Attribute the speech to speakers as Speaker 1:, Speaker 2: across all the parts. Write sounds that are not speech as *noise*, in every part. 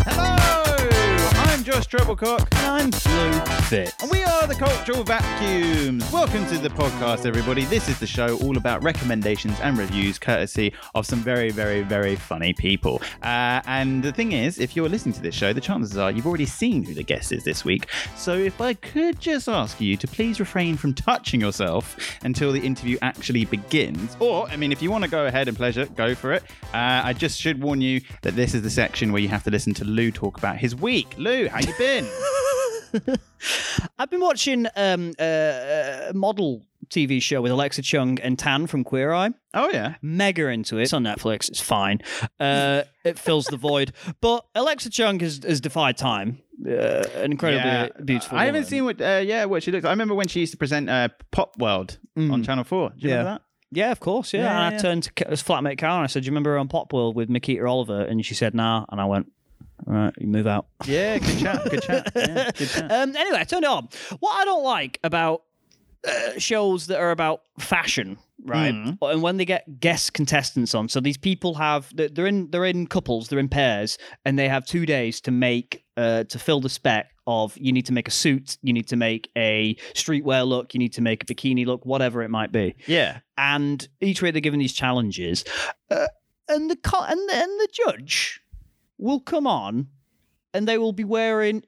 Speaker 1: Hello! I'm Josh Treblecock. And I'm Blue Fit. And we are the Cultural Vacuums. Welcome to the podcast, everybody. This is the show all about recommendations and reviews, courtesy of some very, very, very funny people. Uh, and the thing is, if you're listening to this show, the chances are you've already seen who the guest is this week. So if I could just ask you to please refrain from touching yourself until the interview actually begins. Or, I mean, if you want to go ahead and pleasure, go for it. Uh, I just should warn you that this is the section where you have to listen to Lou talk about his week. Lou, how you been?
Speaker 2: I've been watching um, a a model TV show with Alexa Chung and Tan from Queer Eye.
Speaker 1: *laughs* oh yeah.
Speaker 2: Mega into it. It's on Netflix. It's fine. Uh, it fills the void. *laughs* But Alexa Chung has, has defied time. Uh, an incredibly beautiful.
Speaker 1: I haven't
Speaker 2: woman.
Speaker 1: seen what uh, yeah what she looks. I remember when she used to present uh, Pop World on Channel Four. Do you
Speaker 2: Yeah.
Speaker 1: remember
Speaker 2: Yeah, of course. Yeah.
Speaker 1: Yeah,
Speaker 2: and I
Speaker 1: yeah.
Speaker 2: turned to Ka- his flatmate Karen. I said, "Do you remember her on Pop World with Makita Oliver?" And she said, "Nah." And I went, "All right, you move out."
Speaker 1: that? Yeah, good chat, good *laughs* chat, yeah, good
Speaker 2: *laughs*
Speaker 1: chat.
Speaker 2: Um, anyway, I turned it on. What I don't like about uh, shows that are about fashion, right? And when they get guest contestants on, so these people have they're- they're in they're in couples, they're in pairs, and they have two days to make uh, to fill the spec of you need to make a suit, you need to make a streetwear look, you need to make a bikini look, whatever it might be
Speaker 1: Yeah,
Speaker 2: and each week they're given these challenges, uh, and the co- and the, and the judge will come on, and they will be wearing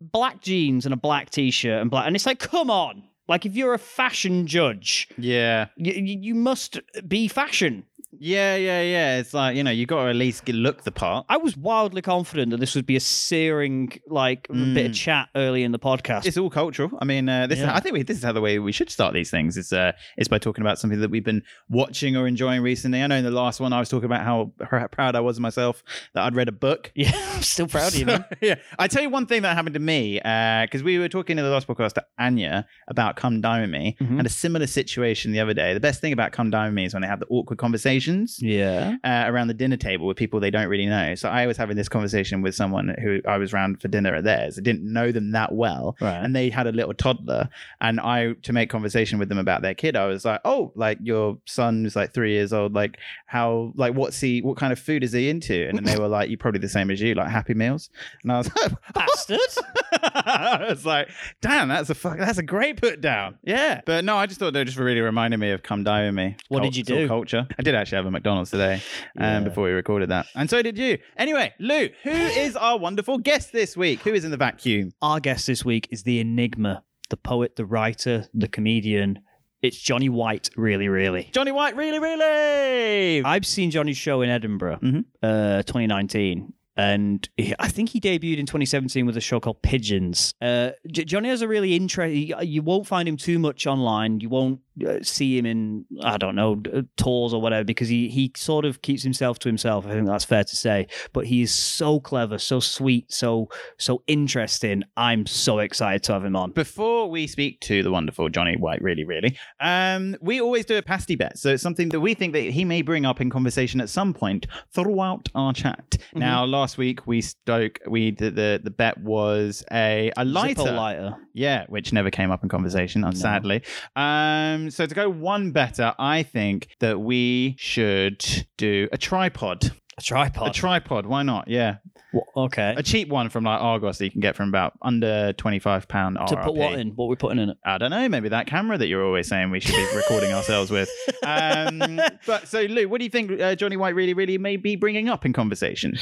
Speaker 2: black jeans and a black t-shirt and black, and it's like, come on, like if you're a fashion judge,
Speaker 1: yeah,
Speaker 2: you you, you must be fashion.
Speaker 1: yeah, yeah, yeah. It's like you know you got to at least g- look the part.
Speaker 2: I was wildly confident that this would be a searing like bit of chat early in the podcast.
Speaker 1: It's all cultural. I mean, uh, this is,
Speaker 2: Yeah.
Speaker 1: I think we, this is how the way we should start these things. Is uh, is by talking about something that we've been watching or enjoying recently. I know in the last one I was talking about how pr- proud I was of myself that I'd read a book.
Speaker 2: *laughs* yeah, I'm still proud of *laughs* you. Man.
Speaker 1: So, *laughs* yeah, I tell you one thing that happened to me because we were talking in the last podcast to Anya about "Come Dine with Me"
Speaker 2: Mhm.
Speaker 1: and a similar situation the other day. The best thing about "Come Dine with Me" is when they have the awkward conversations
Speaker 2: Yeah.
Speaker 1: uh, around the dinner table with people they don't really know. So I was having this conversation with someone who I was round for dinner at theirs. I didn't know them that well.
Speaker 2: Right.
Speaker 1: And they had a little toddler, and I to make conversation with them about their kid. I was like, "Oh, like your son is like three years old. Like how, like what's he? What kind of food is he into?" And then they were like, "You probably the same as you, like Happy Meals." And I was *laughs* like,
Speaker 2: Bastard.
Speaker 1: *laughs* I was like, "Damn, that's a fuck. That's a great put down." Yeah, but no, I just thought they just really reminded me of "Come Die with Me."
Speaker 2: What did you
Speaker 1: it's all
Speaker 2: do?
Speaker 1: Culture. I did actually have a McDonald's today,
Speaker 2: Yeah.
Speaker 1: um, before we recorded that, and so did you. Anyway, Lou, who is our wonderful guest this week? Who is in the vacuum?
Speaker 2: Our guest this week is the enigma, the poet, the writer, the comedian. It's Johnny White, really, really.
Speaker 1: Johnny White, really, really.
Speaker 2: I've seen Johnny's show in Edinburgh,
Speaker 1: Mhm.
Speaker 2: uh, 2019. And he- I think he debuted in 2017 with a show called Pigeons. Uh, J- Johnny has a really interesting. You won't find him too much online. You won't uh, see him in I don't know d- uh, tours or whatever because he he sort of keeps himself to himself. I think that's fair to say. But he is so clever, so sweet, so so interesting. I'm so excited to have him on.
Speaker 1: Before we speak to the wonderful Johnny White, really, really, um, we always do a pasty bet. So it's something that we think that he may bring up in conversation at some point throughout our chat.
Speaker 2: Mm-hmm.
Speaker 1: Now, last week we spoke. We the the, the bet was a a lighter,
Speaker 2: Zippo lighter.
Speaker 1: yeah, which never came up in conversation, uh, sadly. Um, so to go one better, I think that we should do a tripod.
Speaker 2: A tripod.
Speaker 1: A tripod, why not? Yeah,
Speaker 2: Wha- okay.
Speaker 1: a cheap one from like Argos that you can get from about under twenty five pound.
Speaker 2: to put what in? What we're putting *laughs* in it?
Speaker 1: I don't know, maybe that camera that you're always saying we should be recording ourselves with. *laughs*
Speaker 2: *laughs*
Speaker 1: Um, but so, Lou, what do you think uh, Johnny White really, really may be bringing up in conversation?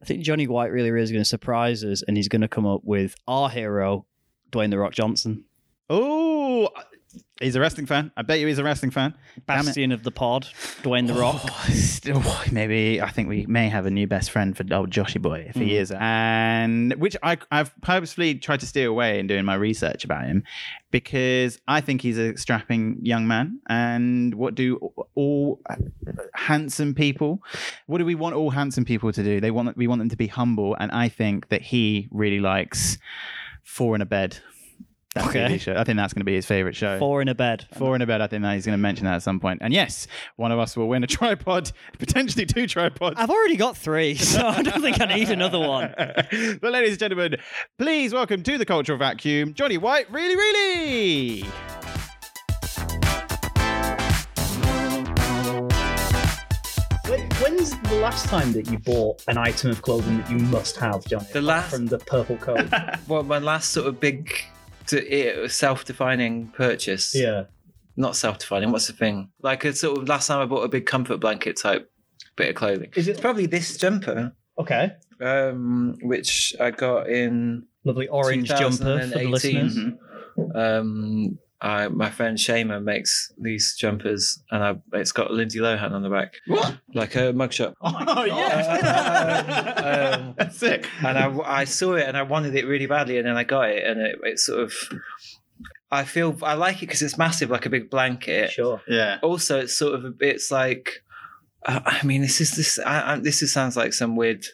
Speaker 2: I think Johnny White really, really is going to surprise us, and he's going to come up with our hero, Dwayne the Rock Johnson,
Speaker 1: Oh, he's a wrestling fan. I bet you he's a wrestling fan. Damn it.
Speaker 2: bastion of the pod, Dwayne the *laughs* Rock.
Speaker 1: Oh, *laughs* still, maybe I think we may have a new best friend for old Joshy boy if
Speaker 2: Mm.
Speaker 1: he is, and which I, I've purposefully tried to steer away in doing my research about him because I think he's a strapping young man. And what do all handsome people? What do we want all handsome people to do? They want we want them to be humble, and I think that he really likes four in a bed. That
Speaker 2: Okay.
Speaker 1: TV show. I think that's going to be his favorite show.
Speaker 2: Four in a bed.
Speaker 1: Four in a bed, I think that he's going to mention that at some point. And yes, one of us will win a *laughs* tripod, potentially two tripods. *laughs*
Speaker 2: I've already got *laughs* three, so I don't think I need another one.
Speaker 1: but ladies and gentlemen, please welcome to the cultural vacuum, Johnny White, really, really.
Speaker 3: When's the last time that you bought an item of clothing that you must have, Johnny?
Speaker 4: The
Speaker 3: apart
Speaker 4: last-
Speaker 3: from the purple
Speaker 2: *laughs*
Speaker 3: coat.
Speaker 4: Well, my last sort of big to, self-defining purchase.
Speaker 3: yeah.
Speaker 4: Not self-defining. What's the thing? Like a sort of last time I bought a big comfort blanket type bit of clothing.
Speaker 3: Is
Speaker 4: It's
Speaker 3: it
Speaker 4: probably this jumper,
Speaker 3: okay?
Speaker 4: um, which I got in
Speaker 3: Lovely orange jumper for the
Speaker 4: 2018.
Speaker 3: listeners.
Speaker 2: Mm-hmm.
Speaker 4: Um, I, my friend Shamer makes these jumpers, and I, it's got Lindsay Lohan on the back,
Speaker 1: What?
Speaker 4: like a mugshot.
Speaker 1: *laughs* Oh,
Speaker 4: yeah.
Speaker 1: *laughs* That's sick.
Speaker 4: And I, I saw it, and I wanted it really badly, and then I got it, and it, it sort of. I feel I like it because it's massive, like a big blanket.
Speaker 3: Sure.
Speaker 1: Yeah.
Speaker 4: Also, it's sort of a bit- it's like. uh, I I mean, this is this. I, I, this is, sounds like some weird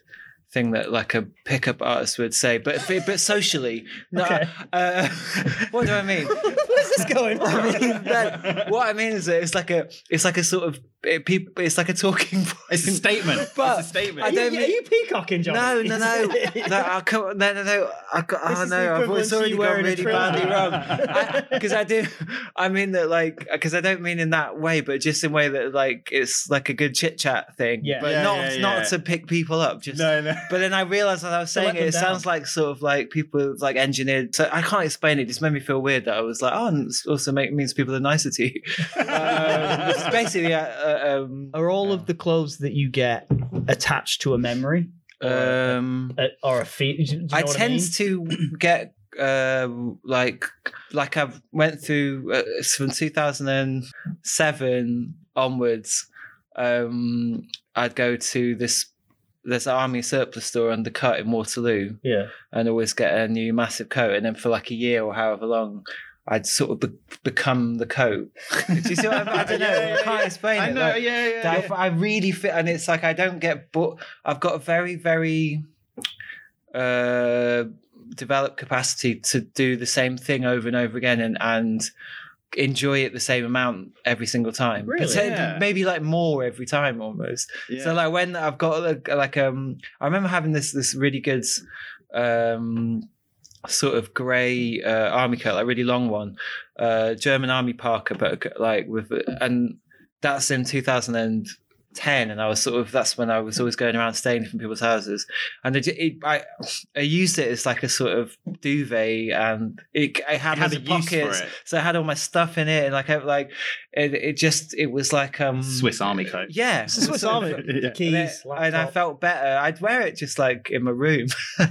Speaker 4: thing that like a pickup artist would say, but but socially, no.
Speaker 3: Okay.
Speaker 4: Uh, *laughs* what do I
Speaker 2: *laughs*
Speaker 4: mean?
Speaker 3: Where's this going?
Speaker 4: I mean, that, what I mean is that it's like a it's like a sort of it, people it's like a talking *laughs* point.
Speaker 1: It's a statement.
Speaker 4: But
Speaker 1: it's a statement.
Speaker 4: I
Speaker 3: Are you,
Speaker 4: don't
Speaker 3: are
Speaker 4: mean-
Speaker 3: you peacocking, Johnny?
Speaker 4: no, no,
Speaker 3: *laughs*
Speaker 2: *laughs*
Speaker 4: no, no, I can't, no, no, no. I got,
Speaker 3: This
Speaker 4: oh,
Speaker 3: is the
Speaker 4: no, I've,
Speaker 3: equivalent
Speaker 4: it's
Speaker 3: to
Speaker 4: already
Speaker 3: you
Speaker 4: gone
Speaker 3: wearing a
Speaker 4: really
Speaker 3: trim
Speaker 4: badly
Speaker 3: *laughs* hat.
Speaker 4: wrong. Because I, do, I mean that like, because I don't mean in that way, but just in way that like it's like a good chit chat thing.
Speaker 3: Yeah.
Speaker 4: but
Speaker 1: Yeah,
Speaker 4: not
Speaker 1: yeah, yeah.
Speaker 4: not to pick people up. Just
Speaker 1: no, no.
Speaker 4: But then I realized when I was
Speaker 3: To
Speaker 4: saying
Speaker 3: let
Speaker 4: it,
Speaker 3: them
Speaker 4: it sounds like sort of like people like engineered. So I can't explain it. It just made me feel weird that I was like, oh, and it also make, means people are nicer to
Speaker 3: *laughs*
Speaker 4: you. um, it's basically, uh, uh, um,
Speaker 3: Are all of the clothes that you get attached to a memory
Speaker 4: um,
Speaker 3: Uh, or a feat? Do you know
Speaker 4: I
Speaker 3: what
Speaker 4: tend
Speaker 3: mean?
Speaker 4: to get uh, like like I went through uh, it's from 2007 onwards. Um, I'd go to this this army surplus store on the cut in Waterloo
Speaker 3: Yeah.
Speaker 4: and always get a new massive coat, and then for like a year or however long. I'd sort of be- become the coat. *laughs* Do you see what I mean? I don't know.
Speaker 1: Yeah, yeah,
Speaker 4: I can't
Speaker 1: yeah.
Speaker 4: explain
Speaker 1: I
Speaker 4: it.
Speaker 1: know.
Speaker 4: like-
Speaker 1: yeah, yeah.
Speaker 4: that
Speaker 1: yeah.
Speaker 4: I really fit, and it's like I don't get but I've got a very, very uh, developed capacity to do the same thing over and over again, and and enjoy it the same amount every single time.
Speaker 3: Really?
Speaker 4: Potent-
Speaker 1: Yeah.
Speaker 4: Maybe like more every time almost.
Speaker 1: yeah.
Speaker 4: So like when I've got like, like um, I remember having this this really good um sort of grey uh, army coat, like really long one, uh German army parka, but like with and that's in 2010 and I was sort of that's when I was always going around staying from people's houses and it, it, I, I used it as like a sort of duvet and it, it had,
Speaker 1: It had a
Speaker 4: loads of
Speaker 1: use for
Speaker 4: pockets
Speaker 1: it.
Speaker 4: so I had all my stuff in it and like I, like it, it just it was like um
Speaker 1: Swiss Army coat.
Speaker 4: yeah
Speaker 3: It's a Swiss
Speaker 4: sort of-
Speaker 3: Army.
Speaker 1: *laughs* yeah. *laughs*
Speaker 4: and, it-
Speaker 3: Keys.
Speaker 4: and I
Speaker 3: laptop.
Speaker 4: felt better. I'd wear it just like in my room. *laughs*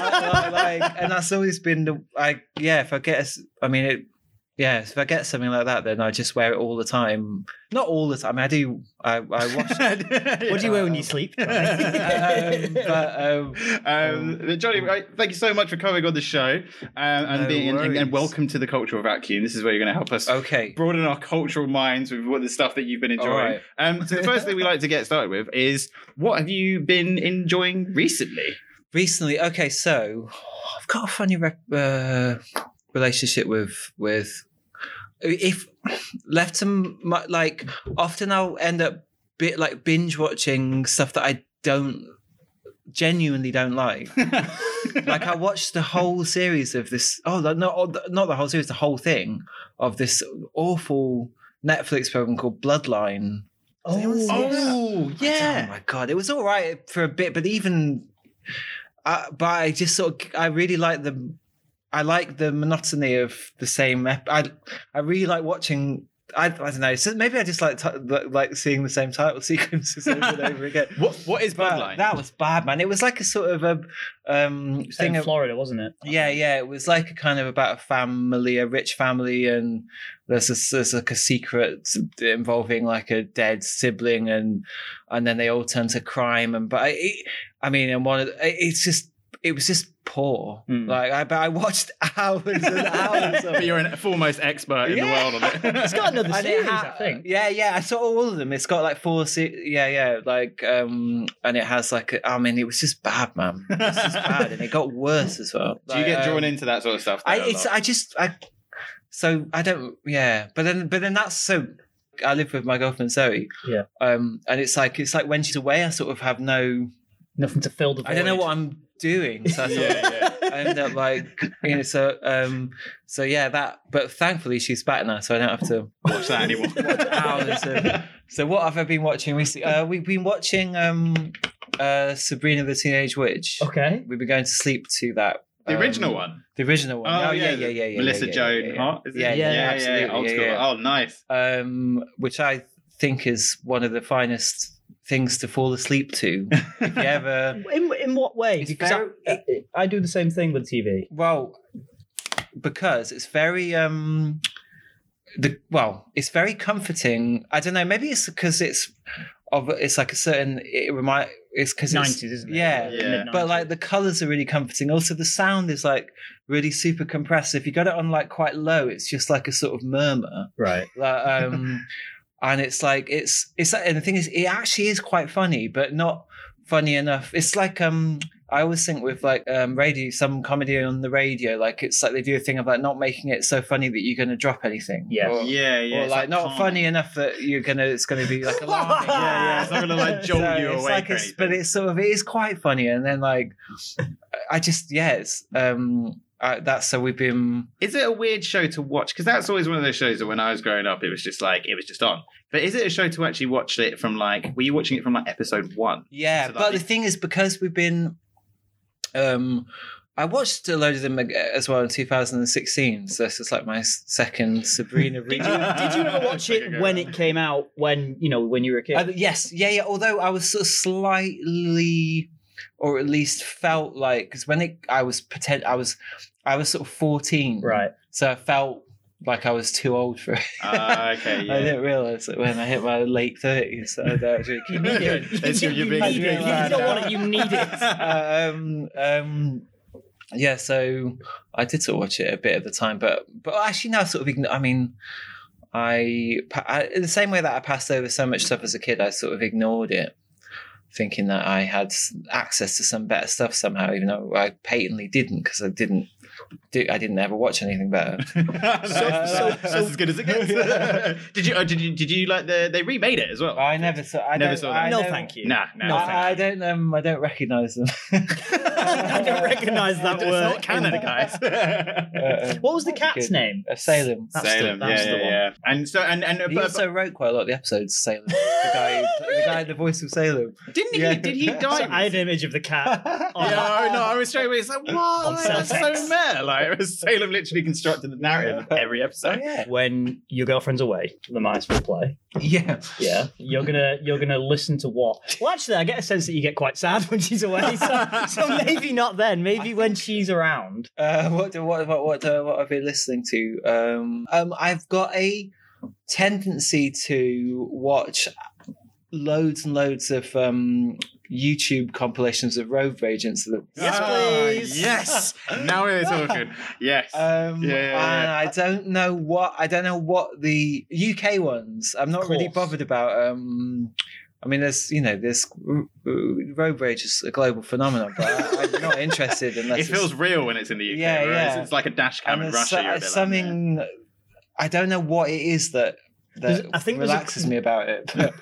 Speaker 4: like, and that's always been the I yeah. If I get, a s- I mean it. Yeah, if I get something like that, then I just wear it all the time. Not all the time. I do. I, I
Speaker 3: *laughs*
Speaker 4: wash.
Speaker 3: What do you wear when
Speaker 4: *laughs*
Speaker 3: you sleep? *laughs*
Speaker 4: um, but um,
Speaker 1: Um, but Johnny, I- thank you so much for coming on the show um, and
Speaker 4: No
Speaker 1: being and- and,
Speaker 4: worries.
Speaker 1: welcome to the cultural vacuum. This is where you're going to help us
Speaker 4: okay.
Speaker 1: broaden our cultural minds with what the stuff that you've been
Speaker 4: All
Speaker 1: enjoying.
Speaker 4: right.
Speaker 1: Um, so the first thing we like to get started with is what have you been enjoying
Speaker 4: *laughs*
Speaker 1: recently? *laughs*
Speaker 4: recently okay so i've got a funny rep, uh, relationship with with if left to my, like often i'll end up bit like binge watching stuff that i don't genuinely don't like
Speaker 1: Oh,
Speaker 4: like i watched the whole series of this oh no not, not the whole series the whole thing of this awful netflix program called bloodline
Speaker 3: oh,
Speaker 1: oh
Speaker 4: Oh my god, it was all right for a bit, but even, uh, but I just sort of, I really like the, I like the monotony of the same. ep- I, I really like watching. I, I don't know. So maybe I just like t- like seeing the same title *laughs* sequences over and over again.
Speaker 1: What what is
Speaker 4: But
Speaker 1: Bloodline?
Speaker 4: that was bad, man. It was like a sort of a um,
Speaker 3: It's in
Speaker 4: thing of
Speaker 3: Florida, wasn't it?
Speaker 4: yeah, yeah. It was like a kind of about a family, a rich family, and there's a, there's like a secret involving like a dead sibling, and and then they all turn to crime. And but I, I mean, and one of the- it- it's just it was just poor.
Speaker 1: Mm.
Speaker 4: Like I, but I watched *laughs* hours and hours
Speaker 1: *laughs*
Speaker 4: of
Speaker 1: but
Speaker 4: it.
Speaker 1: you're an foremost expert in
Speaker 4: Yeah.
Speaker 1: the world
Speaker 4: *laughs*
Speaker 1: on it.
Speaker 3: It's got another
Speaker 4: And it
Speaker 3: series,
Speaker 4: ha-
Speaker 3: I think.
Speaker 4: Yeah, yeah. I saw all of them. It's got like four. Se- yeah, yeah. Like, um, and it has like. a- I mean, it was just bad, man. It
Speaker 1: *laughs*
Speaker 4: was just bad, and it got worse as well.
Speaker 1: Do you
Speaker 4: Like,
Speaker 1: get
Speaker 4: um,
Speaker 1: drawn into that sort of stuff?
Speaker 4: I
Speaker 1: though, a
Speaker 4: it's
Speaker 1: lot?
Speaker 4: I just I so I don't yeah. But then but then that's so I live with my girlfriend Zoe.
Speaker 3: Yeah.
Speaker 4: Um and it's like it's like when she's away I sort of have no
Speaker 3: Nothing to fill the void.
Speaker 4: I don't know what I'm doing. So I sort of-
Speaker 1: yeah, yeah.
Speaker 4: *laughs* I end up like you know. So um, so yeah, that. But thankfully, she's back now, so I don't have to
Speaker 1: Watch that anymore.
Speaker 4: *laughs* watch hours. Of, so what have I been watching recently? Uh, we've been watching um, uh, Sabrina the Teenage Witch.
Speaker 2: Okay.
Speaker 4: We've been going to sleep to
Speaker 1: *laughs*
Speaker 4: that.
Speaker 1: The
Speaker 4: um,
Speaker 1: original one.
Speaker 4: The original one.
Speaker 1: Oh,
Speaker 4: Oh,
Speaker 1: yeah,
Speaker 4: yeah, yeah, yeah, yeah. yeah
Speaker 1: Melissa
Speaker 4: yeah,
Speaker 1: Joan
Speaker 4: yeah, yeah.
Speaker 1: Hart. Is it?
Speaker 4: Yeah, yeah,
Speaker 1: yeah, yeah,
Speaker 4: absolutely,
Speaker 1: Old
Speaker 4: yeah,
Speaker 1: school.
Speaker 4: yeah.
Speaker 1: Oh, nice.
Speaker 4: um, which I think is one of the finest things to fall asleep
Speaker 2: *laughs*
Speaker 4: to. *laughs*
Speaker 1: *laughs*
Speaker 4: if you ever,
Speaker 2: In, in what way?
Speaker 4: It's
Speaker 2: Because I- uh, I, I do the same thing with TV.
Speaker 4: well, because it's very um, the well, it's very comforting. I don't know. Maybe it's because it's of it's like a certain. It remind it's because
Speaker 2: Nineties, isn't it?
Speaker 4: yeah.
Speaker 1: Yeah.
Speaker 2: Mid-nineties.
Speaker 4: But like the colors are really comforting. Also, the sound is like really super compressed. If you got it on like quite low, it's just like a sort of murmur.
Speaker 2: right.
Speaker 4: Like, um, and it's like it's it's and the thing is, it actually is quite funny, but not funny enough. It's like um, I always think with like um radio, some comedy on the radio, like it's like they do a thing of like not making it so funny that you're going to drop anything.
Speaker 2: Yeah.
Speaker 4: Or,
Speaker 1: yeah, yeah.
Speaker 4: or
Speaker 1: it's
Speaker 4: like not
Speaker 1: calm.
Speaker 4: funny enough that you're gonna it's gonna be like
Speaker 1: *laughs*
Speaker 4: alarming.
Speaker 1: Yeah,
Speaker 4: *laughs*
Speaker 1: yeah. It's not gonna like jolt
Speaker 4: So
Speaker 1: you
Speaker 4: it's
Speaker 1: awake.
Speaker 4: like
Speaker 1: or
Speaker 4: it's-
Speaker 1: anything.
Speaker 4: but it's sort of it is quite funny, and then like I just yeah, it's um I, that's so we've been
Speaker 1: Is it a weird show to watch? Because that's always one of those shows that when I was growing up, it was just like it was just on. But is it a show to actually watch it from like? Were you watching it from like episode one?
Speaker 4: yeah.
Speaker 1: So that'd
Speaker 4: but
Speaker 1: be-
Speaker 4: the thing is, because we've been um. I watched a load of them ag- as well in 2016. So this is like my s- second Sabrina
Speaker 1: *laughs*
Speaker 2: Did
Speaker 4: reading.
Speaker 2: you, did you ever watch
Speaker 1: Okay,
Speaker 2: it
Speaker 1: go
Speaker 2: when
Speaker 1: on.
Speaker 2: it came out? When you know when you were a kid?
Speaker 4: Uh, yes, yeah, yeah. Although I was sort of slightly, or at least felt like, because when it, I was pretend, I was, I was sort of fourteen,
Speaker 2: right.
Speaker 4: So I felt like I was too old for it.
Speaker 1: Ah, okay,
Speaker 4: *laughs*
Speaker 1: yeah.
Speaker 4: I didn't realize it when I hit my late thirties. So that was really
Speaker 2: You
Speaker 1: *laughs*
Speaker 2: need it.
Speaker 1: It's you- you're being-
Speaker 2: need it. You don't want it.
Speaker 1: *laughs*
Speaker 2: You need it.
Speaker 4: um, um, yeah, so I did sort of watch it a bit at the time, but but actually now sort of ign- I mean, I, pa- I in the same way that I passed over so much stuff as a kid, I sort of ignored it, thinking that I had s- access to some better stuff somehow, even though I patently didn't because I didn't do I didn't ever watch anything better.
Speaker 1: that's,
Speaker 4: so-
Speaker 1: that's
Speaker 4: so-
Speaker 1: as good as it gets.
Speaker 4: *laughs*
Speaker 1: *laughs* did you? Oh, did you? Did you like the? They remade it as well.
Speaker 4: I never saw. I
Speaker 1: Never
Speaker 4: don't-
Speaker 1: saw that.
Speaker 4: I
Speaker 2: No,
Speaker 4: don't-
Speaker 2: thank you.
Speaker 1: nah, nah.
Speaker 2: No,
Speaker 1: thank
Speaker 4: I, I don't. Um, I don't recognize them.
Speaker 2: *laughs* I don't recognise
Speaker 4: *laughs*
Speaker 1: you.
Speaker 2: that
Speaker 1: It's
Speaker 2: word.
Speaker 1: not Canada, guys.
Speaker 4: Uh, um,
Speaker 2: What was the cat's
Speaker 4: Good.
Speaker 2: name?
Speaker 4: uh, Salem.
Speaker 2: *laughs* That's the-
Speaker 1: Salem,
Speaker 2: that's
Speaker 1: yeah,
Speaker 2: the
Speaker 1: yeah,
Speaker 2: one.
Speaker 1: yeah. And so, and and
Speaker 4: He
Speaker 1: but-
Speaker 4: also wrote quite a lot of the episodes. Salem, the guy, who- the guy, the voice of Salem.
Speaker 1: but- didn't he?
Speaker 4: Yeah.
Speaker 1: Did *laughs* he
Speaker 2: So
Speaker 1: die?
Speaker 2: I *laughs* had an image of the cat. on-
Speaker 1: Yeah, I know. I was straight away. It's like, what?
Speaker 2: On
Speaker 1: Like, that's so
Speaker 2: Celtics.
Speaker 1: meh. Like, it was Salem literally constructed the narrative of every
Speaker 4: So *laughs*
Speaker 1: episode.
Speaker 4: yeah,
Speaker 2: When your girlfriend's away, the mice will play.
Speaker 4: yeah.
Speaker 2: Yeah, you're gonna you're gonna listen to what? Well, actually, I get a sense that you get quite sad when she's away. So, *laughs* so maybe not then. Maybe when she's around.
Speaker 4: Uh, what do what what what, uh, what I've been listening to? Um, um, I've got a tendency to watch loads and loads of um YouTube compilations of road agents. That,
Speaker 2: Yes,
Speaker 1: Ah,
Speaker 2: please.
Speaker 1: Yes. Now we're talking. Yes.
Speaker 4: Um,
Speaker 1: Yeah, yeah, yeah.
Speaker 4: and I don't know what I don't know what the UK ones. I'm not
Speaker 2: Of
Speaker 4: really
Speaker 2: course.
Speaker 4: bothered about. Um, I mean, there's you know, there's r- r- road rage is a global phenomenon, but I,
Speaker 2: *laughs*
Speaker 4: I'm not interested unless
Speaker 1: it feels
Speaker 4: it's,
Speaker 1: real when it's in the UK.
Speaker 4: Yeah,
Speaker 1: whereas
Speaker 4: yeah.
Speaker 1: It's like a dash cam
Speaker 4: and
Speaker 1: in
Speaker 4: there's so-
Speaker 1: Russia. you're a bit like,
Speaker 4: something. I don't know what it is that that
Speaker 2: There's- I think there's a-
Speaker 4: relaxes me about it. but-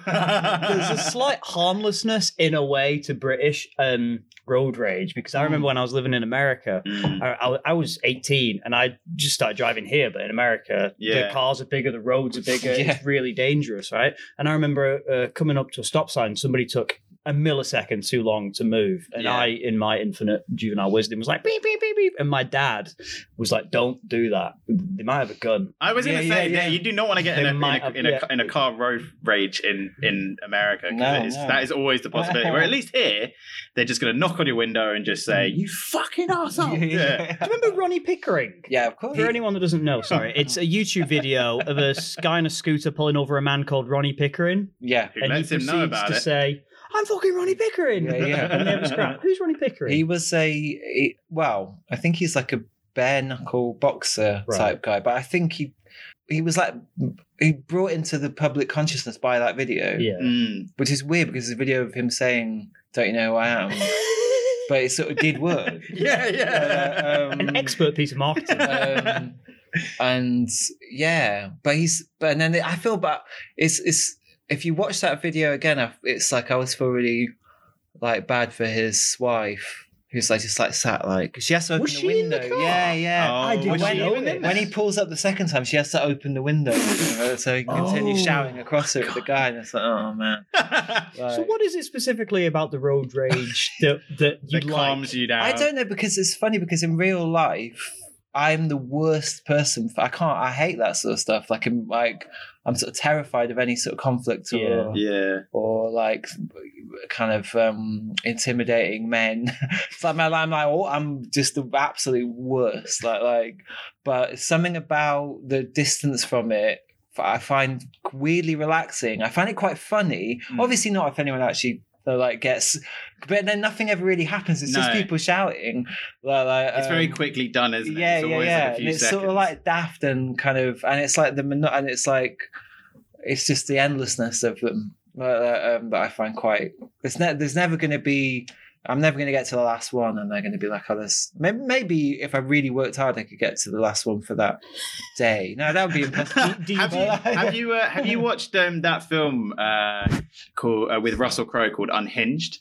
Speaker 1: *laughs*
Speaker 2: There's a slight harmlessness in a way to British um, road rage because I remember when I was living in America.
Speaker 1: Mm.
Speaker 2: I, I, I was 18 and I just started driving here, but in America,
Speaker 1: Yeah.
Speaker 2: the cars are bigger, the roads are bigger.
Speaker 4: Yeah.
Speaker 2: It's really dangerous, right? And I remember uh, coming up to a stop sign, somebody took a millisecond too long to move. And
Speaker 1: Yeah.
Speaker 2: I, in my infinite juvenile wisdom, was like, beep, beep, beep, beep. And my dad was like, don't do that. They might have a gun.
Speaker 1: I was going to
Speaker 4: Yeah,
Speaker 1: say,
Speaker 4: yeah,
Speaker 1: yeah,
Speaker 4: yeah.
Speaker 1: you do not want to get in
Speaker 2: They
Speaker 1: a, in,
Speaker 2: might
Speaker 1: a,
Speaker 2: have-
Speaker 1: in, a,
Speaker 2: yeah.
Speaker 1: in a car road rage in, in America. 'cause
Speaker 4: No,
Speaker 1: it is-
Speaker 4: no.
Speaker 1: That is always the possibility. Where at least here, they're just going to knock on your window and just say, you fucking
Speaker 4: *laughs*
Speaker 1: arsehole. Yeah.
Speaker 2: Do you remember Ronnie Pickering?
Speaker 4: Yeah, of course.
Speaker 2: For anyone that doesn't know, sorry, it's a YouTube video of a guy in a scooter pulling over a man called Ronnie Pickering.
Speaker 4: Yeah,
Speaker 1: Who lets him know about
Speaker 2: to
Speaker 1: it.
Speaker 2: say, "I'm fucking Ronnie Pickering."
Speaker 4: Yeah, yeah.
Speaker 2: and they have a scrap. Who's Ronnie Pickering?
Speaker 4: He was a he, well, I think he's like a bare knuckle boxer
Speaker 2: Right.
Speaker 4: type guy, but I think he he was like he brought into the public consciousness by that video,
Speaker 2: yeah.
Speaker 1: Mm.
Speaker 4: which is weird because it's a video of him saying, "Don't you know who
Speaker 2: *laughs*
Speaker 4: I am?" but it sort of did work.
Speaker 1: Yeah, *laughs* yeah.
Speaker 4: Uh, um,
Speaker 2: An expert piece of marketing.
Speaker 4: um, and yeah, but he's but and then I feel but it's it's if you watch that video again, I, it's like I always feel really like bad for his wife who's like just like sat like she has to open
Speaker 3: Was
Speaker 4: the
Speaker 3: she in
Speaker 4: window.
Speaker 3: the car?
Speaker 4: Yeah, yeah.
Speaker 1: Oh,
Speaker 3: I didn't
Speaker 1: was she
Speaker 4: when,
Speaker 3: know
Speaker 1: even in
Speaker 3: this.
Speaker 4: when he pulls up the second time, she has to open the window uh, so he can continue
Speaker 3: Oh,
Speaker 4: shouting across it with the guy, and it's like, oh man.
Speaker 1: *laughs*
Speaker 3: So
Speaker 4: Like-
Speaker 3: what is it specifically about the
Speaker 4: *laughs*
Speaker 3: road rage that that you
Speaker 1: that calms
Speaker 3: like?
Speaker 1: you down.
Speaker 4: I don't know because it's funny because in real life I'm the worst person. For, I can't. I hate that sort of stuff. Like I'm like I'm sort of terrified of any sort of conflict or
Speaker 3: Yeah.
Speaker 1: Yeah.
Speaker 4: or like kind of um intimidating men. *laughs* it's like my I'm like oh, I'm just the absolute worst. Like like, but something about the distance from it. I find weirdly relaxing. I find it quite funny.
Speaker 1: Mm.
Speaker 4: Obviously, not if anyone actually uh, like gets, but then nothing ever really happens. It's just
Speaker 1: No.
Speaker 4: people shouting. Like, like,
Speaker 1: It's very
Speaker 4: um,
Speaker 1: quickly done, isn't it?
Speaker 4: yeah,
Speaker 1: it's
Speaker 4: yeah,
Speaker 1: always
Speaker 4: yeah.
Speaker 1: Like a few
Speaker 4: and it's
Speaker 1: seconds.
Speaker 4: sort of like daft and kind of, and it's like the mono- and it's like, it's just the endlessness of them uh, uh, um, that I find quite. There's ne- there's never going to be. I'm never going to get to the last one, and they're going to be like, "Oh, this." Maybe, maybe if I really worked hard, I could get to the last one for that day. No, that would be
Speaker 1: *laughs*
Speaker 4: impossible.
Speaker 3: Do you-
Speaker 1: have you
Speaker 4: *laughs*
Speaker 1: have you uh, have you watched um, that film uh, called uh, with Russell Crowe called Unhinged?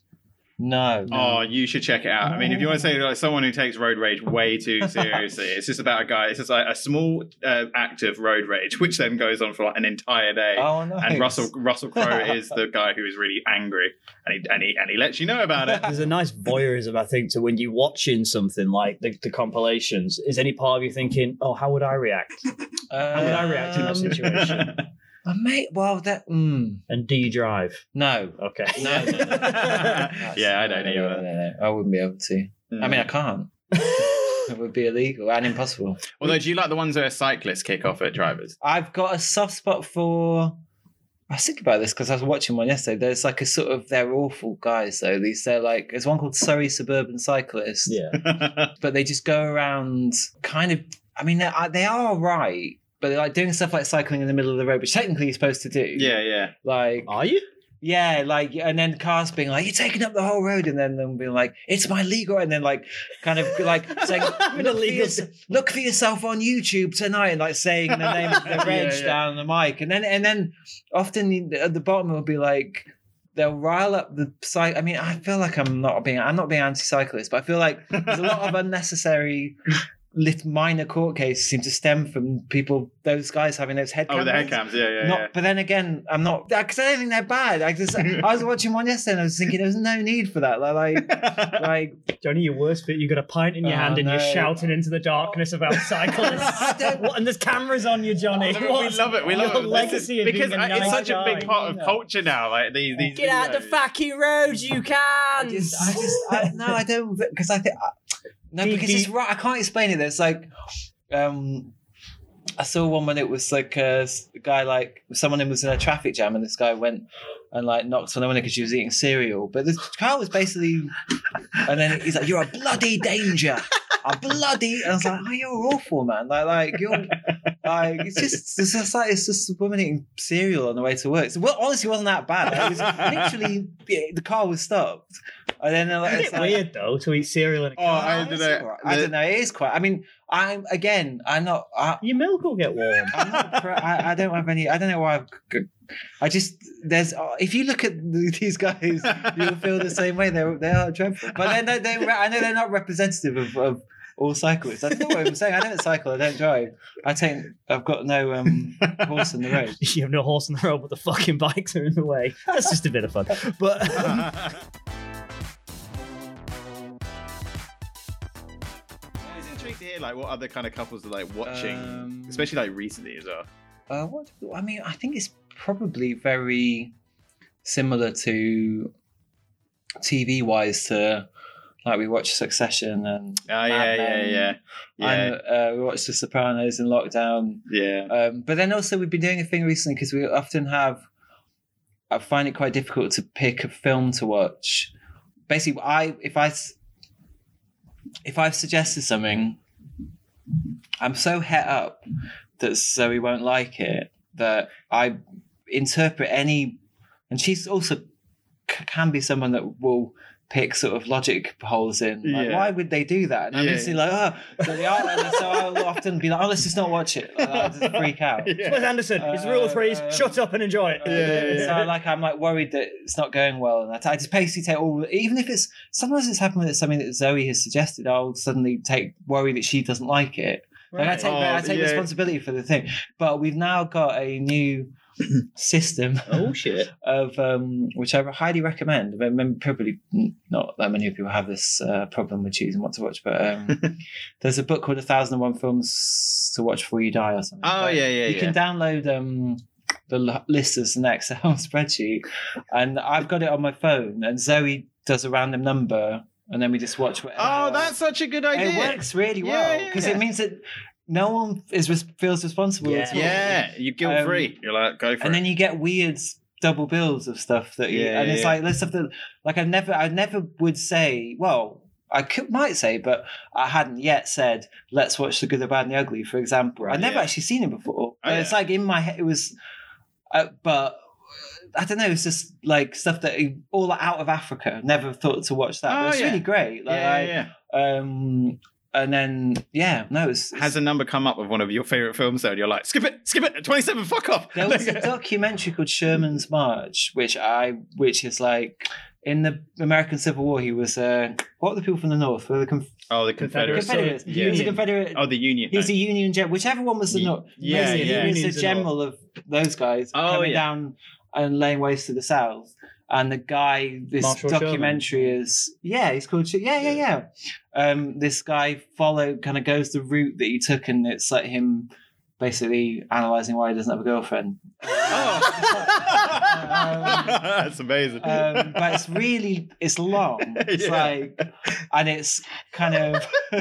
Speaker 4: no. no.
Speaker 1: Oh, you should check it out. I mean, if you want to say like someone who takes road rage way
Speaker 4: *laughs*
Speaker 1: too seriously, it's just about a guy. It's just like a small uh, act of road rage, which then goes on for like an entire day.
Speaker 4: Oh, no.
Speaker 1: And Russell Russell Crowe
Speaker 4: *laughs*
Speaker 1: is the guy who is really angry, and he and he and he lets you know about
Speaker 4: *laughs*
Speaker 1: it.
Speaker 3: *laughs* There's a nice voyeurism, I think, to when you're watching something like the, the compilations. Is any part of you thinking, "Oh, how would I react?" How would I react in that situation?
Speaker 4: Oh, mate, Um, well, that. Mm,
Speaker 3: And do you drive?
Speaker 1: *laughs*
Speaker 4: no.
Speaker 3: Okay.
Speaker 4: No, no,
Speaker 1: no. Yeah, I don't
Speaker 4: No,
Speaker 1: either. Mm.
Speaker 4: no, no, no. I wouldn't be able to. I mean, I *laughs* can't. it would be illegal and impossible.
Speaker 1: although do you like the ones where cyclists kick off at
Speaker 4: *laughs*
Speaker 1: drivers? *laughs*
Speaker 4: I've got a soft spot for. I was thinking about this because I was watching one yesterday. There's like a sort of they're awful guys though. These they're like there's one called Surrey Suburban Cyclist,
Speaker 3: yeah.
Speaker 4: but they just go around kind of. I mean, they they are right, but they're like doing stuff like cycling in the middle of the road, which technically you're supposed to do.
Speaker 1: yeah, yeah.
Speaker 4: like
Speaker 3: Are you?
Speaker 4: yeah, like, and then cars being like, "You're taking up the whole road," and then them being like, "It's my legal," and then like, kind of
Speaker 1: *laughs*
Speaker 4: like saying,
Speaker 3: Having a
Speaker 4: look, for
Speaker 3: legal-
Speaker 4: yours- "Look for yourself on YouTube tonight," and like saying the name
Speaker 1: *laughs*
Speaker 4: of the
Speaker 1: Yeah,
Speaker 4: reg
Speaker 1: yeah.
Speaker 4: down the mic, and then and then often you- at the bottom it'll be like they'll rile up the site. I mean, I feel like I'm not being I'm not being anti-cyclist, but I feel like there's a lot
Speaker 1: *laughs*
Speaker 4: of unnecessary. Lit minor court cases seem to stem from people, those guys having those head
Speaker 1: Oh, the head
Speaker 4: cameras.
Speaker 1: cams. Yeah, yeah,
Speaker 4: Not,
Speaker 1: yeah.
Speaker 4: but then again, I'm not because I don't think they're bad. I just I was watching one yesterday and I was thinking there was no need for that. Like *laughs* like, like
Speaker 3: Johnny, your worst bit. You got a pint in your
Speaker 4: Oh,
Speaker 3: hand and
Speaker 4: no.
Speaker 3: you're shouting into the darkness about cyclists. what, and there's cameras on you, Johnny.
Speaker 1: Oh, we love it. We love
Speaker 3: Your
Speaker 1: it. This is-
Speaker 3: legacy of
Speaker 1: because
Speaker 3: being a
Speaker 1: it's
Speaker 3: nice
Speaker 1: such a big
Speaker 3: guy.
Speaker 1: part of culture now. Like these, these
Speaker 3: Get out the
Speaker 1: videos.
Speaker 3: fucking roads, you
Speaker 4: I
Speaker 3: can.
Speaker 4: just, I just I, no, I don't because I think I- no
Speaker 3: Do-
Speaker 4: because
Speaker 3: do-
Speaker 4: it's right. I can't explain it. There's like um. I saw one when it was like a s- guy, like someone who was in a traffic jam, and this guy went and like knocked on the window because she was eating cereal. But this car was basically, and then he's like, "You're a bloody danger, a bloody." And I was like, "Oh, you're awful, man! Like, like you're like it's just it's just like it's just a woman eating cereal on the way to work." So, well, honestly, it wasn't that bad. It was literally yeah, the car was stopped, and then they're like,
Speaker 3: Isn't
Speaker 4: it's
Speaker 3: it
Speaker 4: like-
Speaker 3: weird though to eat cereal in a
Speaker 1: Oh,
Speaker 3: car?
Speaker 1: I
Speaker 4: it's
Speaker 1: don't know.
Speaker 4: alright. I don't know. It is quite. I mean, I'm again. I'm not. I,
Speaker 3: Your milk will get warm.
Speaker 4: I'm
Speaker 3: *laughs*
Speaker 4: not pro- I, I don't have any. I don't know why. I've, g- I just there's. uh, If you look at the- these guys, you'll feel the same way. They they are dreadful. But then they, they re- I know they're not representative of, of all cyclists. That's not what I'm saying. I don't cycle. I don't drive. I take. I've got no um horse in the road.
Speaker 3: *laughs* you have no horse in the road, but the fucking bikes are in the way. That's just a bit of fun. But um,
Speaker 1: *laughs* I was intrigued to hear like what other kind of couples are like watching,
Speaker 4: Um,
Speaker 1: especially like recently as well. Oh,
Speaker 4: Uh, what I mean, I think it's probably very similar to TV wise to like we watch Succession and
Speaker 1: Oh yeah, yeah,
Speaker 4: Men.
Speaker 1: yeah, yeah,
Speaker 4: and, uh, we watched The Sopranos in lockdown.
Speaker 1: *laughs* yeah.
Speaker 4: Um, but then also we've been doing a thing recently because we often have. I find it quite difficult to pick a film to watch. Basically, I if I s- if I've suggested something, I'm so het up that Zoe won't like it that I interpret any, and she's also c- can be someone that will pick sort of logic holes in. Like,
Speaker 1: Yeah.
Speaker 4: why would they do that? And I'm
Speaker 1: Yeah.
Speaker 4: instantly like, oh, so they are. And so I'll often be like, oh, let's just not watch it. Like, I just
Speaker 1: *laughs*
Speaker 4: freak out.
Speaker 3: Wes Anderson, it's the rule of threes.
Speaker 4: Uh,
Speaker 3: shut up and enjoy it.
Speaker 4: Uh, So I, like I'm like worried that it's not going well, and I, I just basically take all. Even if it's sometimes it's happened with something that Zoe has suggested, I'll suddenly take worry that she doesn't like it. Like I take
Speaker 1: Right.
Speaker 4: I take
Speaker 1: Oh, yeah.
Speaker 4: responsibility for the thing. But we've now got
Speaker 1: *clears throat*
Speaker 4: a new system
Speaker 3: Oh shit!
Speaker 4: of um, which I highly recommend. I mean, probably not that many people have this uh, problem with choosing what to watch, but um,
Speaker 1: *laughs*
Speaker 4: there's a book called A Thousand and One Films to Watch Before You Die or something.
Speaker 1: Oh
Speaker 4: But
Speaker 1: yeah, yeah,
Speaker 4: you
Speaker 1: yeah.
Speaker 4: can download um, the l- list as an Excel *laughs* spreadsheet, and I've got it on my phone. And Zoe does a random number, and then we just watch whatever.
Speaker 1: oh, that's such a good idea.
Speaker 4: it works really
Speaker 1: Yeah,
Speaker 4: well
Speaker 1: yeah,
Speaker 4: because
Speaker 1: yeah.
Speaker 4: it means that no one is res- feels responsible.
Speaker 3: Yeah.
Speaker 4: at all.
Speaker 1: Yeah, you're guilt free. you're like, go for
Speaker 4: and
Speaker 1: it.
Speaker 4: then you get weird double bills of stuff that you,
Speaker 1: Yeah,
Speaker 4: and
Speaker 1: yeah,
Speaker 4: it's
Speaker 1: yeah.
Speaker 4: like there's stuff that like I never I never would say well I could might say but I hadn't yet said let's watch the good the bad and the ugly for example
Speaker 1: Right,
Speaker 4: I'd never
Speaker 1: yeah.
Speaker 4: actually seen it before
Speaker 1: Oh,
Speaker 4: And it's
Speaker 1: yeah.
Speaker 4: like in my head it was uh, but I don't know it's just like stuff that all out of Africa never thought to watch that
Speaker 1: Oh,
Speaker 4: but it's
Speaker 1: yeah.
Speaker 4: really great like
Speaker 1: yeah, yeah,
Speaker 4: I, um and then yeah no it's,
Speaker 1: yeah. Has a number come up with one of your favorite films though? And you're like, skip it, skip it. Twenty-seven. Fuck off.
Speaker 4: There
Speaker 1: *laughs*
Speaker 4: was a documentary called Sherman's March, which I, which is like in the American Civil War, he was uh, what were the people from the North? Were the conf-
Speaker 1: oh, the Confederates.
Speaker 4: Confederates?
Speaker 1: Yeah.
Speaker 4: He was a Confederate.
Speaker 1: Oh, the Union.
Speaker 4: he was a Union general. Whichever one was the
Speaker 1: Ye-
Speaker 4: North.
Speaker 1: yeah,
Speaker 4: basically,
Speaker 1: yeah.
Speaker 4: He was
Speaker 3: Union's
Speaker 4: the
Speaker 3: the
Speaker 4: general of those guys
Speaker 1: Oh,
Speaker 4: coming
Speaker 1: yeah.
Speaker 4: down and laying waste to the South. And the guy, this
Speaker 3: Marshall
Speaker 4: documentary is yeah, he's called Sh- yeah, yeah, yeah. Um, this guy follow kind of goes the route that he took, and it's like him basically analyzing why he doesn't have a girlfriend. *laughs*
Speaker 1: Oh. That's amazing.
Speaker 4: um, but it's really it's long. It's
Speaker 1: Yeah.
Speaker 4: like and it's kind of
Speaker 3: I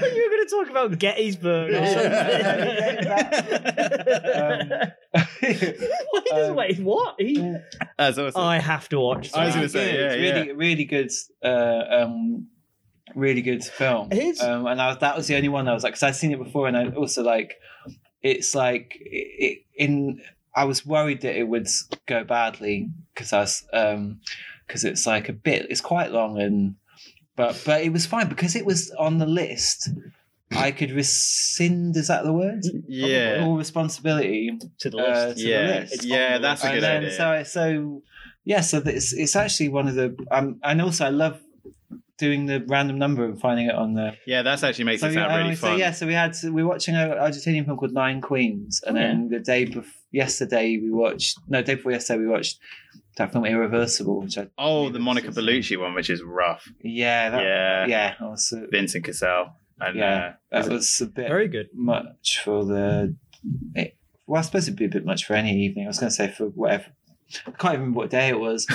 Speaker 3: thought you were going to talk about Gettysburg. Or
Speaker 4: Yeah.
Speaker 1: *laughs*
Speaker 3: something. *laughs* Why does
Speaker 4: Um,
Speaker 3: wait? What? He...
Speaker 1: *laughs* That's awesome.
Speaker 3: I have to watch.
Speaker 1: I was
Speaker 3: that.
Speaker 1: gonna say,
Speaker 4: good.
Speaker 1: yeah,
Speaker 4: really really good uh, um really good film.
Speaker 3: His-
Speaker 4: Um, and I, was- that was the only one I was like because I'd seen it before and I also like it's like it, it in I was worried that it would go badly because I was um because it's like a bit it's quite long and but but it was fine because it was on the list. I could rescind is that the word?
Speaker 1: yeah.
Speaker 4: all responsibility
Speaker 3: to the
Speaker 4: uh,
Speaker 3: list.
Speaker 4: to the
Speaker 1: Yeah.
Speaker 4: list.
Speaker 3: It's
Speaker 1: Yeah,
Speaker 3: on the
Speaker 1: that's a
Speaker 4: and
Speaker 1: good
Speaker 4: then
Speaker 1: idea.
Speaker 4: so so yeah, so that it's it's actually one of the um, and also I love doing the random number and finding it on the.
Speaker 1: yeah, that's actually makes
Speaker 4: So,
Speaker 1: it
Speaker 4: we-
Speaker 1: sound
Speaker 4: I
Speaker 1: really
Speaker 4: always say,
Speaker 1: fun.
Speaker 4: yeah, so we had we were watching an Argentinian film called Nine Queens,
Speaker 1: Oh,
Speaker 4: and then the day before yesterday we watched no day before yesterday we watched that film Irreversible, which I
Speaker 1: Oh, the Monica Bellucci one, which is rough.
Speaker 4: yeah that,
Speaker 1: Yeah.
Speaker 4: yeah that was a,
Speaker 1: Vincent Cassell. And,
Speaker 4: Yeah.
Speaker 1: Uh, *laughs*
Speaker 4: that was a bit
Speaker 3: Very good.
Speaker 4: much for the. It, well, I suppose it'd be a bit much for any evening. I was going to say for whatever. I can't remember what day it was.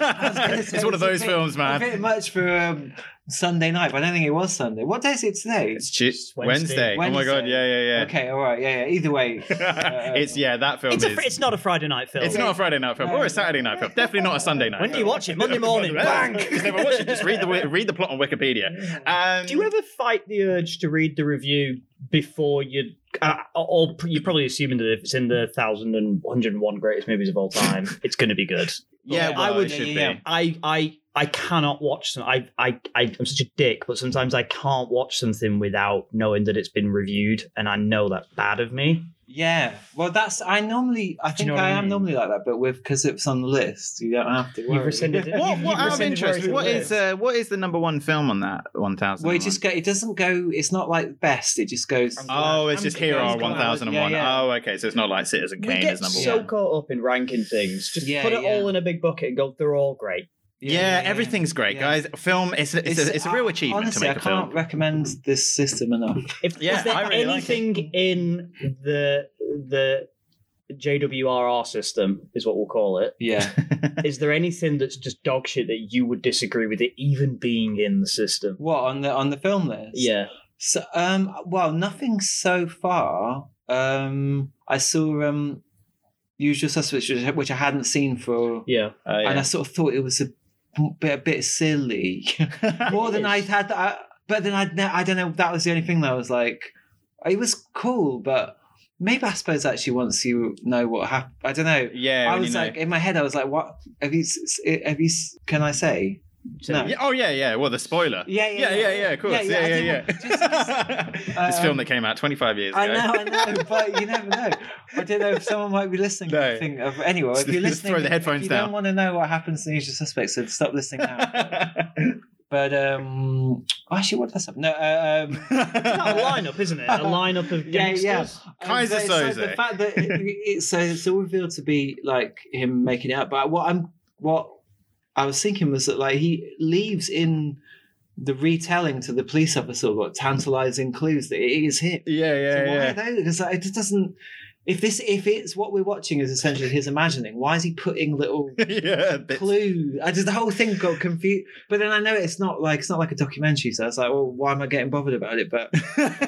Speaker 1: it's one of those films,
Speaker 4: A
Speaker 1: man.
Speaker 4: bit much for um, Sunday night, but I don't think it was Sunday. What day is it today?
Speaker 1: It's Tuesday. Wednesday.
Speaker 3: Wednesday.
Speaker 1: Oh my god,
Speaker 4: Wednesday.
Speaker 1: yeah, yeah, yeah.
Speaker 4: Okay, all right, yeah, yeah.
Speaker 1: *laughs*
Speaker 4: Either way, Uh,
Speaker 1: it's yeah, that film
Speaker 3: It's,
Speaker 1: is.
Speaker 3: a, fr- it's not a Friday night film.
Speaker 1: it's not a Friday night film or a Saturday night film. Definitely not a Sunday night.
Speaker 3: When do you
Speaker 1: film.
Speaker 3: watch
Speaker 1: *laughs*
Speaker 3: it? Monday morning.
Speaker 1: Bang!
Speaker 3: Bang!
Speaker 1: Just never watch it. Just
Speaker 3: *laughs*
Speaker 1: read the wi- read the plot on Wikipedia. Um,
Speaker 3: Do you ever fight the urge to read the review before you? Uh, or pr- you're probably assuming that if it's in the thousand and hundred and one greatest movies of
Speaker 1: *laughs*
Speaker 3: all time, it's going to be good.
Speaker 1: Yeah,
Speaker 4: Yeah,
Speaker 1: well,
Speaker 3: I would-
Speaker 1: It should
Speaker 4: yeah, yeah,
Speaker 1: be.
Speaker 3: I I I cannot watch some. I I I am such a dick, but sometimes I can't watch something without knowing that it's been reviewed, and I know that's bad of me.
Speaker 4: yeah. Well, that's I normally I
Speaker 3: Do you
Speaker 4: think
Speaker 3: know what
Speaker 4: I
Speaker 3: I
Speaker 4: am
Speaker 3: mean?
Speaker 4: normally like that, but with because it's on the list, you don't have to. Worry.
Speaker 3: rescinded it.
Speaker 1: What,
Speaker 3: You've-
Speaker 1: what
Speaker 3: you've
Speaker 1: out of
Speaker 3: rescinded
Speaker 1: interest?
Speaker 3: where
Speaker 1: What
Speaker 3: it
Speaker 1: is uh, what is the number one film on that one thousand?
Speaker 4: Well, it just go, it doesn't go. It's not like best. It just goes.
Speaker 3: Um,
Speaker 1: Oh, it's just
Speaker 3: I'm
Speaker 1: here are
Speaker 4: glad.
Speaker 1: one thousand and one.
Speaker 4: Yeah, yeah.
Speaker 1: Oh, okay, so it's not like Citizen
Speaker 3: We
Speaker 1: Kane
Speaker 3: get
Speaker 1: is number
Speaker 4: so-
Speaker 1: one.
Speaker 4: one.
Speaker 3: caught up in ranking things. Just
Speaker 4: Yeah,
Speaker 3: put it
Speaker 4: yeah.
Speaker 3: all in a big bucket and go. They're all great.
Speaker 1: Yeah, everything's great,
Speaker 4: Yeah.
Speaker 1: guys. Film, it's it's, a, it's a real
Speaker 4: I-
Speaker 1: achievement
Speaker 4: Honestly,
Speaker 1: to make a
Speaker 4: I can't
Speaker 1: film.
Speaker 4: recommend this system enough.
Speaker 3: If
Speaker 1: Yeah,
Speaker 3: is there
Speaker 1: I really like it.
Speaker 3: anything in the the JWRR system is what we'll
Speaker 4: *laughs*
Speaker 3: call it.
Speaker 1: *laughs*
Speaker 4: Yeah.
Speaker 3: Is there anything that's just dog shit that you would disagree with it even being in the system?
Speaker 4: what on the on the film list?
Speaker 3: Yeah.
Speaker 4: So, um, well, nothing so far. Um, I saw um, Usual Suspects, which, which I hadn't seen for,
Speaker 3: Yeah.
Speaker 1: Uh,
Speaker 4: and I
Speaker 1: yeah.
Speaker 4: sort of thought it was a bit a
Speaker 1: *laughs*
Speaker 4: bit silly, more than
Speaker 3: It
Speaker 4: I'd
Speaker 3: is.
Speaker 4: had. I, but then I I don't know. That was the only thing that I was like, it was cool, but maybe I suppose actually once you know what happened, I don't know.
Speaker 1: Yeah,
Speaker 4: I
Speaker 1: when you
Speaker 4: was
Speaker 1: know.
Speaker 4: like in my head, I was like, "What have you? s- s- Have you? s- Can I say?" *laughs*
Speaker 3: *laughs*
Speaker 4: No.
Speaker 1: Yeah, oh yeah, yeah. Well, the spoiler.
Speaker 4: Yeah, yeah,
Speaker 1: yeah, yeah,
Speaker 4: yeah.
Speaker 1: yeah. Of course,
Speaker 4: Yeah,
Speaker 1: yeah, yeah,
Speaker 4: yeah, I
Speaker 1: yeah.
Speaker 4: didn't
Speaker 1: *laughs*
Speaker 4: want-
Speaker 1: this
Speaker 4: um,
Speaker 1: film that came out 25 years
Speaker 4: I
Speaker 1: ago.
Speaker 4: know, I know, but you never know. I don't know if someone might be listening.
Speaker 1: No.
Speaker 4: and Think of anyway.
Speaker 1: Just
Speaker 4: If you're listening,
Speaker 1: throw the headphones
Speaker 4: if you
Speaker 1: down.
Speaker 4: don't want to know what happens to the usual suspects, so stop listening
Speaker 1: *laughs*
Speaker 4: now. but um, actually, what does happen? No, uh,
Speaker 1: *laughs*
Speaker 4: um,
Speaker 3: It's not a lineup, isn't it? A lineup of
Speaker 4: Yeah,
Speaker 3: gangsters.
Speaker 4: yeah.
Speaker 1: Kaiser
Speaker 4: so it's like
Speaker 1: Soze.
Speaker 4: the fact that it, it's so it's all revealed to be like him making it up. But what I'm what I was thinking was that like he leaves in the retelling to the police officer what tantalizing clues that it is him.
Speaker 1: *laughs* yeah, yeah,
Speaker 4: so why
Speaker 1: yeah.
Speaker 4: are those? Because like, it just doesn't. If this, if it's what we're watching is essentially his imagining, why is he
Speaker 1: *laughs*
Speaker 4: putting little
Speaker 1: yeah, bits.
Speaker 4: clue? I just the whole thing got confused. But then I know it's not like it's not like a documentary, so it's like, well, why am I getting bothered about it? But I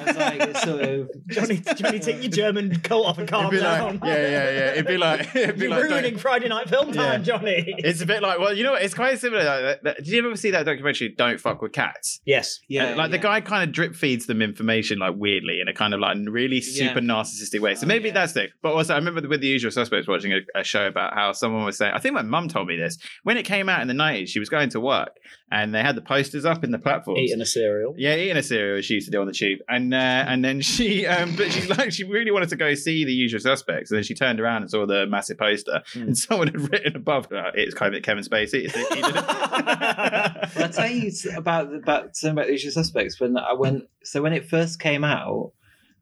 Speaker 4: was like, it's
Speaker 1: *laughs*
Speaker 4: sort of
Speaker 3: Johnny, Johnny, take your German coat off and calm
Speaker 1: it'd be
Speaker 3: down.
Speaker 1: like, yeah, yeah, yeah. It'd be like, it'd be
Speaker 3: You're
Speaker 1: like,
Speaker 3: ruining Friday night film time,
Speaker 1: Yeah.
Speaker 3: Johnny.
Speaker 1: it's a bit like, well, you know what? It's quite similar. Like, that- that- did you ever see that documentary? Don't fuck with cats.
Speaker 3: yes.
Speaker 4: *laughs* yeah,
Speaker 1: And, like the
Speaker 4: yeah.
Speaker 1: guy kind of drip feeds them information like weirdly in a kind of like really super narcissistic way. So
Speaker 4: Oh,
Speaker 1: maybe
Speaker 4: yeah.
Speaker 1: that's it. But also, I remember with the usual suspects watching a, a show about how someone was saying, I think my mum told me this when it came out in the 90s, she was going to work and they had the posters up in the platforms.
Speaker 3: Eating a cereal.
Speaker 1: Yeah, eating a cereal as she used to do on the tube, and
Speaker 4: *laughs*
Speaker 1: uh, and then she, um, but she like she really wanted to go see the usual suspects, and then she turned around and saw the massive poster,
Speaker 4: Hmm.
Speaker 1: and *laughs* someone had written above, uh, "It's Kevin Kevin Spacey." It's, *laughs* he
Speaker 4: *laughs*
Speaker 1: did it.
Speaker 4: Well, I'll tell you s- about about something about the usual suspects when I went. So when it first came out,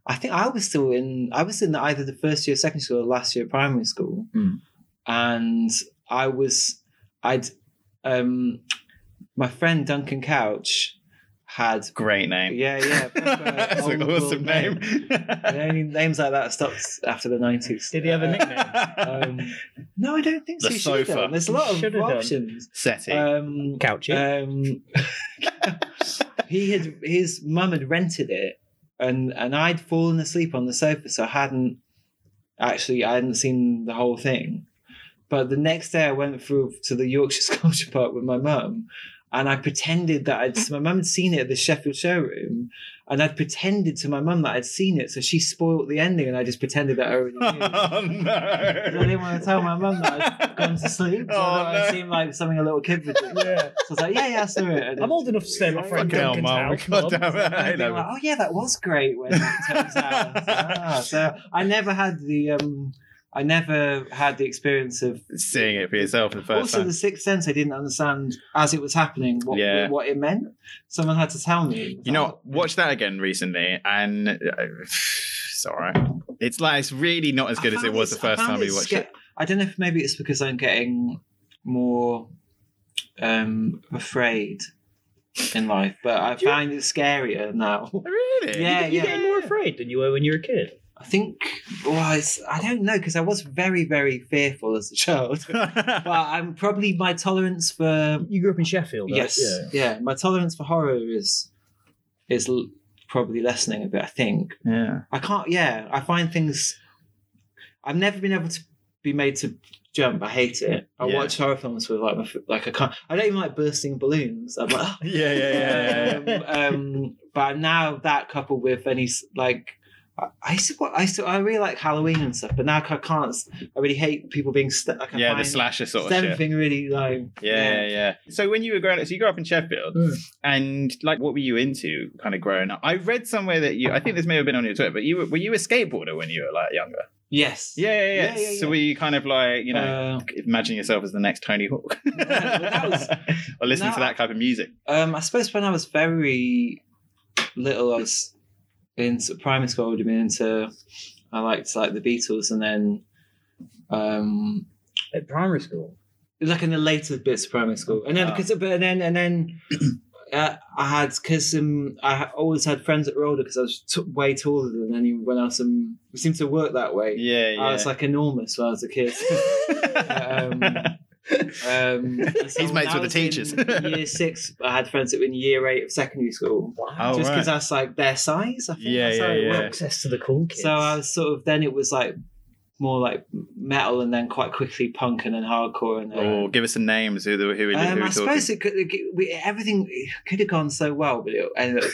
Speaker 4: I think I was still in. I was in either the first year of secondary school or last year of primary school,
Speaker 1: Mm.
Speaker 4: and I was. I'd. Um, my friend Duncan Couch had.
Speaker 1: Great name.
Speaker 4: Yeah,
Speaker 1: *laughs*
Speaker 4: yeah. proper
Speaker 1: That's an
Speaker 4: old
Speaker 1: awesome
Speaker 4: world name.
Speaker 1: name.
Speaker 4: And only names like that stopped after the nineties.
Speaker 3: *laughs*
Speaker 4: Uh,
Speaker 3: Did he have a nickname?
Speaker 1: *laughs*
Speaker 4: Um, no, I don't think so.
Speaker 1: The
Speaker 4: He should've
Speaker 1: sofa.
Speaker 4: done. There's a lot of
Speaker 3: Should've done.
Speaker 4: options.
Speaker 1: Seti.
Speaker 4: Um,
Speaker 3: Couchy.
Speaker 4: um, he had his mum had rented it, and and I'd fallen asleep on the sofa, so I hadn't actually I hadn't seen the whole thing. But the next day, I went through to the Yorkshire *laughs* Sculpture Park with my mum, and I pretended that I'd my mum had seen it at the Sheffield showroom, and I'd pretended to my mum that I'd seen it, so she spoilt the ending, and I just pretended that I already
Speaker 1: *laughs*
Speaker 4: knew.
Speaker 1: oh
Speaker 4: I didn't
Speaker 1: no.
Speaker 4: want to tell my mum that
Speaker 1: *laughs*
Speaker 4: I'd gone to sleep. So
Speaker 1: Oh,
Speaker 4: I thought
Speaker 1: no.
Speaker 4: it seemed like something a little kid would do. So
Speaker 3: Yeah.
Speaker 4: I was like, yeah, yeah, I saw it. And
Speaker 3: I'm old enough to say my
Speaker 4: Fucking
Speaker 1: *laughs*
Speaker 3: friend
Speaker 1: Fucking hell,
Speaker 3: Duncan's
Speaker 1: Mum. *laughs*
Speaker 3: house.
Speaker 1: God
Speaker 3: Mum.
Speaker 1: damn it. I
Speaker 4: and
Speaker 1: hate
Speaker 4: being
Speaker 1: that.
Speaker 4: like, oh yeah, that was great when it turns
Speaker 1: *laughs*
Speaker 4: out. Ah, so I never had the um, I never had the experience of.
Speaker 1: Seeing it for yourself for the first
Speaker 4: also,
Speaker 1: time.
Speaker 4: the sixth sense, I didn't understand as it was happening what
Speaker 1: Yeah.
Speaker 4: what it meant. Someone had to tell me.
Speaker 1: You know, watched that again recently, and uh, *sighs* it's all right. It's like it's really not as
Speaker 4: I
Speaker 1: good as it
Speaker 4: found
Speaker 1: was
Speaker 4: it-
Speaker 1: the first
Speaker 4: I found
Speaker 1: time we
Speaker 4: it
Speaker 1: watched
Speaker 4: sca-
Speaker 1: it.
Speaker 4: I don't know if maybe it's because I'm getting more um afraid in life, but I
Speaker 3: Do you-
Speaker 4: find it scarier
Speaker 1: *laughs*
Speaker 4: now.
Speaker 1: Really?
Speaker 4: Yeah,
Speaker 3: You're
Speaker 4: yeah.
Speaker 3: getting more afraid than you were when you were a kid.
Speaker 4: I think, well, it's, I don't know because I was very, very fearful as a child. but I'm probably my tolerance for
Speaker 3: You grew up in Sheffield. right?
Speaker 4: yes,
Speaker 3: Yeah.
Speaker 4: yeah, my tolerance for horror is is l- probably lessening a bit. I think
Speaker 1: yeah.
Speaker 4: I can't. Yeah, I find things. I've never been able to be made to jump. I hate it. I
Speaker 1: Yeah.
Speaker 4: watch horror films with like my f- like I can't. I don't even like bursting balloons. I'm like. oh.
Speaker 1: Yeah, yeah, *laughs* yeah,
Speaker 4: *laughs*
Speaker 1: yeah, yeah.
Speaker 4: Um, um, but now that coupled with any s- like, I, I used to, wa- I used to, I really like Halloween and stuff, but now I can't. s- I really hate people being st- like, I
Speaker 1: Yeah, the
Speaker 4: find
Speaker 1: slasher sort of shit.
Speaker 4: Everything really like.
Speaker 1: Yeah, yeah, yeah. So when you were growing up, so you grew up in Sheffield,
Speaker 3: Mm.
Speaker 1: and like, what were you into, kind of growing up? I read somewhere that you, I think this may have been on your Twitter, but you were, were you a skateboarder when you were like younger?
Speaker 4: Yes.
Speaker 1: Yeah, yeah, yeah.
Speaker 4: Yeah, yeah,
Speaker 1: So
Speaker 4: yeah.
Speaker 1: were you kind of like, you know, *laughs*
Speaker 4: Uh,
Speaker 1: imagine yourself as the next Tony
Speaker 4: *laughs*
Speaker 1: Hawk,
Speaker 4: but that was-
Speaker 1: *laughs* or listening to
Speaker 4: no.
Speaker 1: that type of music?
Speaker 4: um, I suppose when I was very little, I was in sort of primary school. I would have been into. I liked like the Beatles, and then. Um,
Speaker 3: At primary school.
Speaker 4: like in the later bits of primary school, and then
Speaker 1: Ah.
Speaker 4: because but and then and then uh, I had because um, I ha- always had friends that were older because I was t- way taller than anyone else, and um, we seemed to work that way.
Speaker 1: Yeah, yeah.
Speaker 4: I was Oh, like enormous when I was a
Speaker 1: *laughs*
Speaker 4: kid. Um, um,
Speaker 1: He's
Speaker 4: when
Speaker 1: mates
Speaker 4: I
Speaker 1: with the
Speaker 4: was in
Speaker 1: teachers.
Speaker 4: year six, I had friends that were in year eight of secondary school,
Speaker 1: Oh,
Speaker 4: just because
Speaker 1: right.
Speaker 4: that's like their size. I think
Speaker 1: Yeah,
Speaker 4: that's
Speaker 1: yeah,
Speaker 4: how it
Speaker 1: yeah.
Speaker 4: works.
Speaker 3: Access to the cool kids.
Speaker 4: So I was sort of then it was like more like metal and then quite quickly punk and then hardcore and then.
Speaker 1: Or give us some names who the- who Oh, we
Speaker 4: Um,
Speaker 1: who
Speaker 4: I
Speaker 1: we're
Speaker 4: suppose
Speaker 1: talking.
Speaker 4: it could, it- we, everything could have gone so well, but it ended up.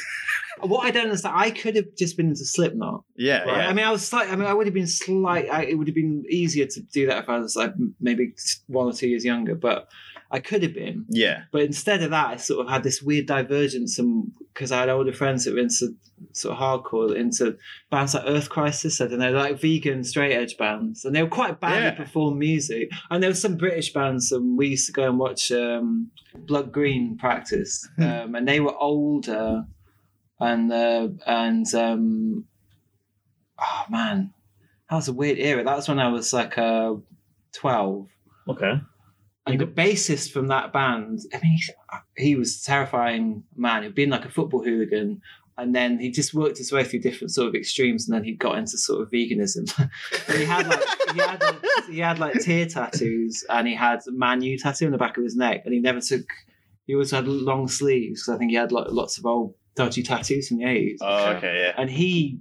Speaker 4: what I don't understand, I could have just been into Slipknot.
Speaker 1: Yeah,
Speaker 4: right?
Speaker 1: yeah.
Speaker 4: I mean, I was slight. I mean, I would have been slight. I, it would have been easier to do that if I was like maybe one or two years younger, but I could have been.
Speaker 1: yeah.
Speaker 4: But instead of that, I sort of had this weird divergence, and because I had older friends that were into sort of hardcore, into bands like Earth Crisis, I don't know, like vegan straight edge bands, and they were quite badly
Speaker 1: Yeah.
Speaker 4: performed music. And there were some British bands, and we used to go and watch um, Blood Green practice,
Speaker 1: Hmm.
Speaker 4: um, and they were older, and uh, and um, oh man, that was a weird era. That was when I was like uh, twelve.
Speaker 3: Okay.
Speaker 4: And the bassist from that band, I mean, he's- he was a terrifying man who'd been like a football hooligan. And then he just worked his way through different sort of extremes, and then he got into sort of veganism. *laughs* And he had like he had like, he had like tear tattoos, and he had a Man U tattoo on the back of his neck, and he never took. He also had long sleeves 'cause I think he had like lots of old dodgy tattoos from the eighties
Speaker 1: Oh, okay, yeah.
Speaker 4: and he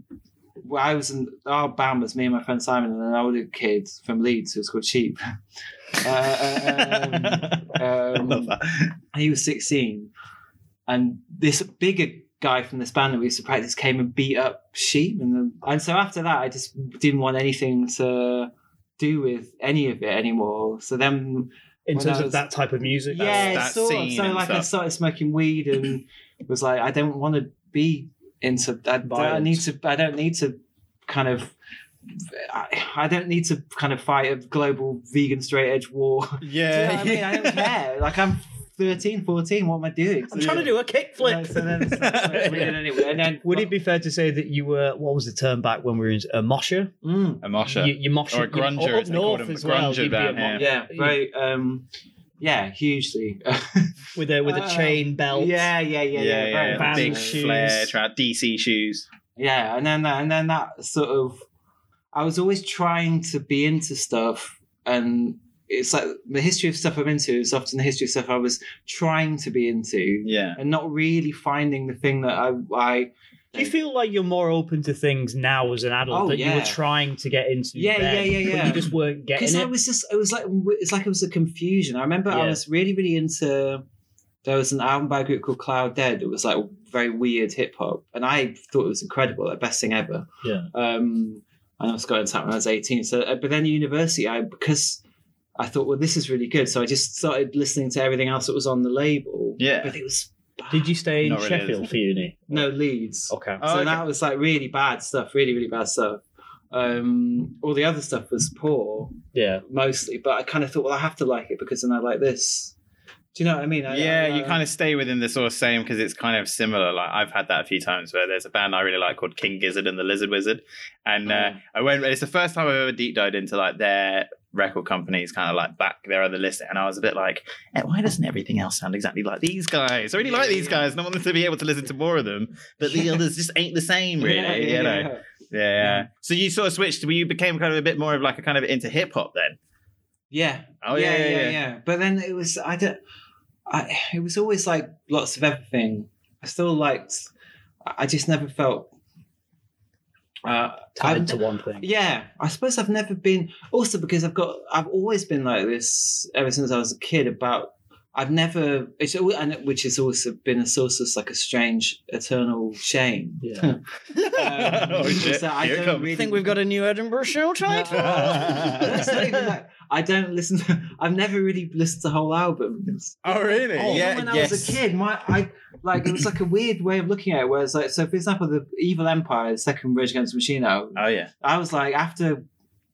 Speaker 4: well, I was in our band was me and my friend Simon and an older kid from Leeds who was called Cheap. *laughs* Uh, um,
Speaker 1: *laughs* I
Speaker 4: um,
Speaker 1: love that.
Speaker 4: he was 16 and this bigger guy from this band that we used to practice came and beat up sheep and, then, and so after that i just didn't want anything to do with any of it anymore so then
Speaker 3: In
Speaker 4: Well,
Speaker 3: terms
Speaker 4: that
Speaker 3: of
Speaker 4: was-
Speaker 3: that type of music.
Speaker 4: yeah,
Speaker 1: that
Speaker 4: sort of.
Speaker 1: scene
Speaker 4: So
Speaker 1: and
Speaker 4: like I
Speaker 1: stuff.
Speaker 4: started smoking weed and was like, I don't want to be into. I, I
Speaker 3: Violence.
Speaker 4: need to. I don't need to kind of. I, I don't need to kind of fight a global vegan straight edge war. *laughs* Do you know what
Speaker 1: Yeah.
Speaker 4: I mean? I don't care. Like I'm 13, 14. What am I doing?
Speaker 3: I'm trying
Speaker 4: *laughs*
Speaker 3: to do a
Speaker 4: No,
Speaker 3: kickflip.
Speaker 4: so then, so
Speaker 3: *laughs*
Speaker 4: then- anyway, and then
Speaker 3: Would it be fair to say that you were what was the term back when we were in a mosher?
Speaker 4: Mm,
Speaker 1: A mosher.
Speaker 3: You, you mosher
Speaker 1: Or a grunger,
Speaker 3: you, up
Speaker 1: as they called
Speaker 3: north
Speaker 1: them,
Speaker 3: as
Speaker 1: a
Speaker 3: well.
Speaker 1: grunger
Speaker 3: you'd be a
Speaker 1: down
Speaker 3: mo-
Speaker 1: here.
Speaker 4: yeah, right. Um, yeah, hugely. *laughs*
Speaker 3: With a with a
Speaker 4: Uh,
Speaker 3: chain belt.
Speaker 4: yeah, yeah, yeah, yeah. very
Speaker 3: yeah.
Speaker 4: much
Speaker 1: Big
Speaker 4: so.
Speaker 3: shoes.
Speaker 1: flare trout, DC shoes.
Speaker 4: yeah and then that, and then that sort of i was always trying to be into stuff and it's like the history of stuff i'm into is often the history of stuff i was trying to be into
Speaker 1: Yeah.
Speaker 4: and not really finding the thing that i i
Speaker 3: Do you feel like you're more open to things now as an adult
Speaker 4: Oh,
Speaker 3: that you
Speaker 4: yeah.
Speaker 3: were trying to get into?
Speaker 4: Yeah,
Speaker 3: then,
Speaker 4: yeah, yeah,
Speaker 3: but
Speaker 4: yeah.
Speaker 3: you just weren't
Speaker 4: because
Speaker 3: getting
Speaker 4: I
Speaker 3: it.
Speaker 4: was just it was like it's like it was a confusion. I remember I
Speaker 3: Yeah.
Speaker 4: was really really into. There was an album by a group called Cloud Dead. It was like very weird hip hop, and I thought it was incredible, like best thing ever.
Speaker 3: Yeah.
Speaker 4: Um, and I was going to that when I was eighteen. So, uh, but then university, I because I thought, well, this is really good. So I just started listening to everything else that was on the label.
Speaker 1: Yeah.
Speaker 4: But it was bad.
Speaker 3: Did you stay in
Speaker 1: Not really,
Speaker 3: Sheffield
Speaker 1: is
Speaker 3: for uni?
Speaker 4: no Leeds?
Speaker 3: Okay.
Speaker 1: Oh,
Speaker 4: so
Speaker 1: okay.
Speaker 4: that was like really bad stuff. Really really bad stuff. Um, all the other stuff was poor
Speaker 3: Yeah.
Speaker 4: mostly, but I kind of thought, well, I have to like it because then I like this. Do you know what I mean? I,
Speaker 1: yeah, um, you kind of stay within the sort of same because it's kind of similar. Like I've had that a few times where there's a band I really like called King Gizzard and the Lizard Wizard, and uh, I went. It's the first time I've ever deep dived into like their record companies, kind of like back their other list, and I was a bit like, "Eh, why doesn't everything else sound exactly like these guys? I really like these guys, and I want them to be able to listen to more of them, but *laughs* the others just ain't the same, really. you know? Yeah, yeah. So you sort of switched. You became kind of a bit more of like a kind of into hip hop then.
Speaker 4: yeah,
Speaker 1: Oh yeah, yeah, yeah.
Speaker 4: But then it was I don't. I it was always like lots of everything. I still liked. I I just never felt. Uh,
Speaker 3: Tied
Speaker 4: I-
Speaker 3: to one thing.
Speaker 4: Yeah, I suppose I've never been. Also, because I've got, I've always been like this ever since I was a kid. About, I've never, it's al- and it- which has also been a source of like a strange eternal shame.
Speaker 3: Yeah.
Speaker 4: *laughs* Um,
Speaker 1: *laughs* Oh, shit.
Speaker 4: so I
Speaker 1: Here it
Speaker 4: don't
Speaker 1: comes.
Speaker 4: really-
Speaker 2: I think we've got a new Edinburgh
Speaker 4: *laughs*
Speaker 2: show title.
Speaker 4: It's not even that- I don't listen. To, I've never really listened to whole albums.
Speaker 1: *laughs* Oh really?
Speaker 4: Even when I was a kid, my I like it was like a weird way of looking at it. Whereas like so, for example, the Evil Empire, the second Rage Against the Machine album.
Speaker 1: Oh yeah.
Speaker 4: I was like, after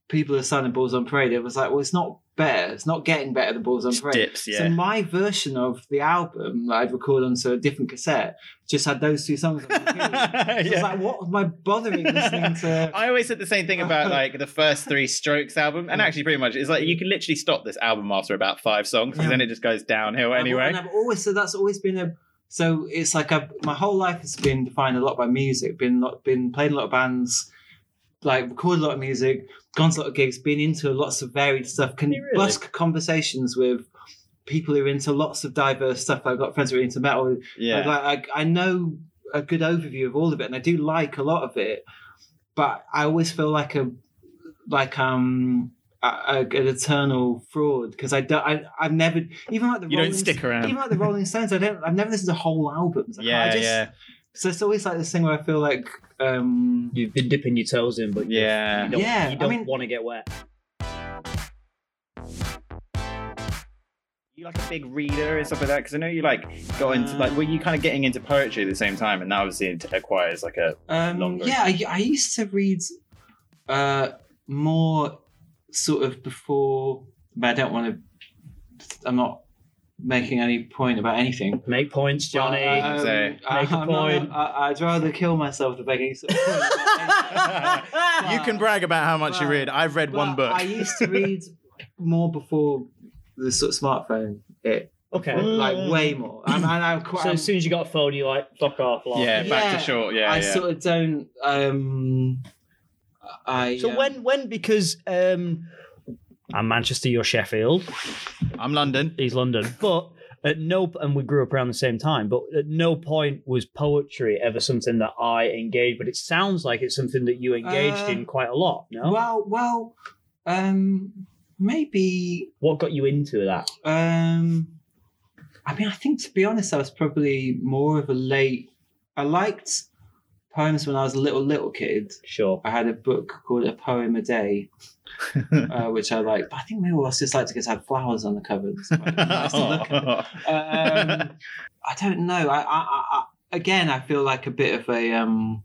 Speaker 4: people are signing Balls on Parade, it was like, well, it's not better. It's not getting better than Balls on
Speaker 1: Just
Speaker 4: Parade.
Speaker 1: dips. Yeah.
Speaker 4: So my version of the album that I'd record onto a different cassette just had those two songs. On
Speaker 1: *laughs*
Speaker 4: the repeat. So
Speaker 1: Yeah.
Speaker 4: It's like, what am I bothering listening to?
Speaker 1: I always said the same thing *laughs* about like the first three Strokes album, and actually, pretty much, it's like you can literally stop this album after about five songs, because
Speaker 4: Yeah.
Speaker 1: then it just goes downhill
Speaker 4: And
Speaker 1: anyway.
Speaker 4: I've always so that's always been a so it's like I've, my whole life has been defined a lot by music. Been lot, been played a lot of bands, like recorded a lot of music, gone to a lot of gigs, been into lots of varied stuff. Can
Speaker 3: Have you really?
Speaker 4: busk conversations with people who are into lots of diverse stuff. I've got friends who are into metal.
Speaker 1: Yeah,
Speaker 4: Like I, I know a good overview of all of it, and I do like a lot of it. But I always feel like a like um a, a, an eternal fraud because I don't I I've never even like the
Speaker 1: You
Speaker 4: Rolling,
Speaker 1: don't stick around.
Speaker 4: even like the Rolling Stones I don't I've never listened to whole albums. I can't- I
Speaker 1: Um, yeah,
Speaker 4: just-
Speaker 1: yeah,
Speaker 4: So it's always like this thing where I feel like um
Speaker 3: You've been dipping your toes in, but you-
Speaker 1: yeah.
Speaker 3: you don't,
Speaker 4: Yeah,
Speaker 3: you
Speaker 4: I
Speaker 3: don't
Speaker 4: mean-
Speaker 3: want to get wet.
Speaker 1: you like a big reader and stuff like that? Because I know you like got into like were you kind of getting into poetry at the same time, and that obviously it acquires like a
Speaker 4: Um,
Speaker 1: longer.
Speaker 4: Yeah, I, I used to read uh, more sort of before, but I don't want to. I'm not making any point about anything.
Speaker 3: Make points, Johnny.
Speaker 4: But, um,
Speaker 1: Say.
Speaker 4: I-
Speaker 3: Make a
Speaker 4: I'm
Speaker 3: point.
Speaker 4: Not, I, I'd rather kill myself than make any sort of point.
Speaker 1: *laughs* *laughs* you can brag about how much you
Speaker 4: Well,
Speaker 1: read. I've read
Speaker 4: But
Speaker 1: one book.
Speaker 4: I used to read more before the sort of smartphone. It
Speaker 3: okay.
Speaker 4: like way more. I'm, and I'm quite.
Speaker 3: Mm. So
Speaker 4: I'm-
Speaker 3: as soon as you got a phone, you're like, fuck off,
Speaker 1: *laughs*
Speaker 3: lot.
Speaker 1: yeah, back
Speaker 4: yeah,
Speaker 1: to short. Yeah,
Speaker 4: I
Speaker 1: yeah.
Speaker 4: sort of don't. Um, I.
Speaker 3: So
Speaker 4: um,
Speaker 3: when when because um I'm Manchester, you're Sheffield,
Speaker 1: I'm *laughs* London.
Speaker 3: he's London, but at no and we grew up around the same time, but at no point was poetry ever something that I engaged. But it sounds like it's something that you engaged
Speaker 4: Uh,
Speaker 3: in quite a lot. No,
Speaker 4: Well, well, um, maybe.
Speaker 3: what got you into that?
Speaker 4: Um, I mean, I think to be honest, I was probably more of a late. I liked poems when I was a little little kid.
Speaker 3: Sure.
Speaker 4: I had a book called A Poem a
Speaker 1: *laughs*
Speaker 4: Day, uh, which I liked. But I think maybe I was just like because it had flowers on the
Speaker 1: *laughs*
Speaker 4: cover. It's quite nice to look at. Uh, um, I don't know. I, I, I, I again, I feel like a bit of a um,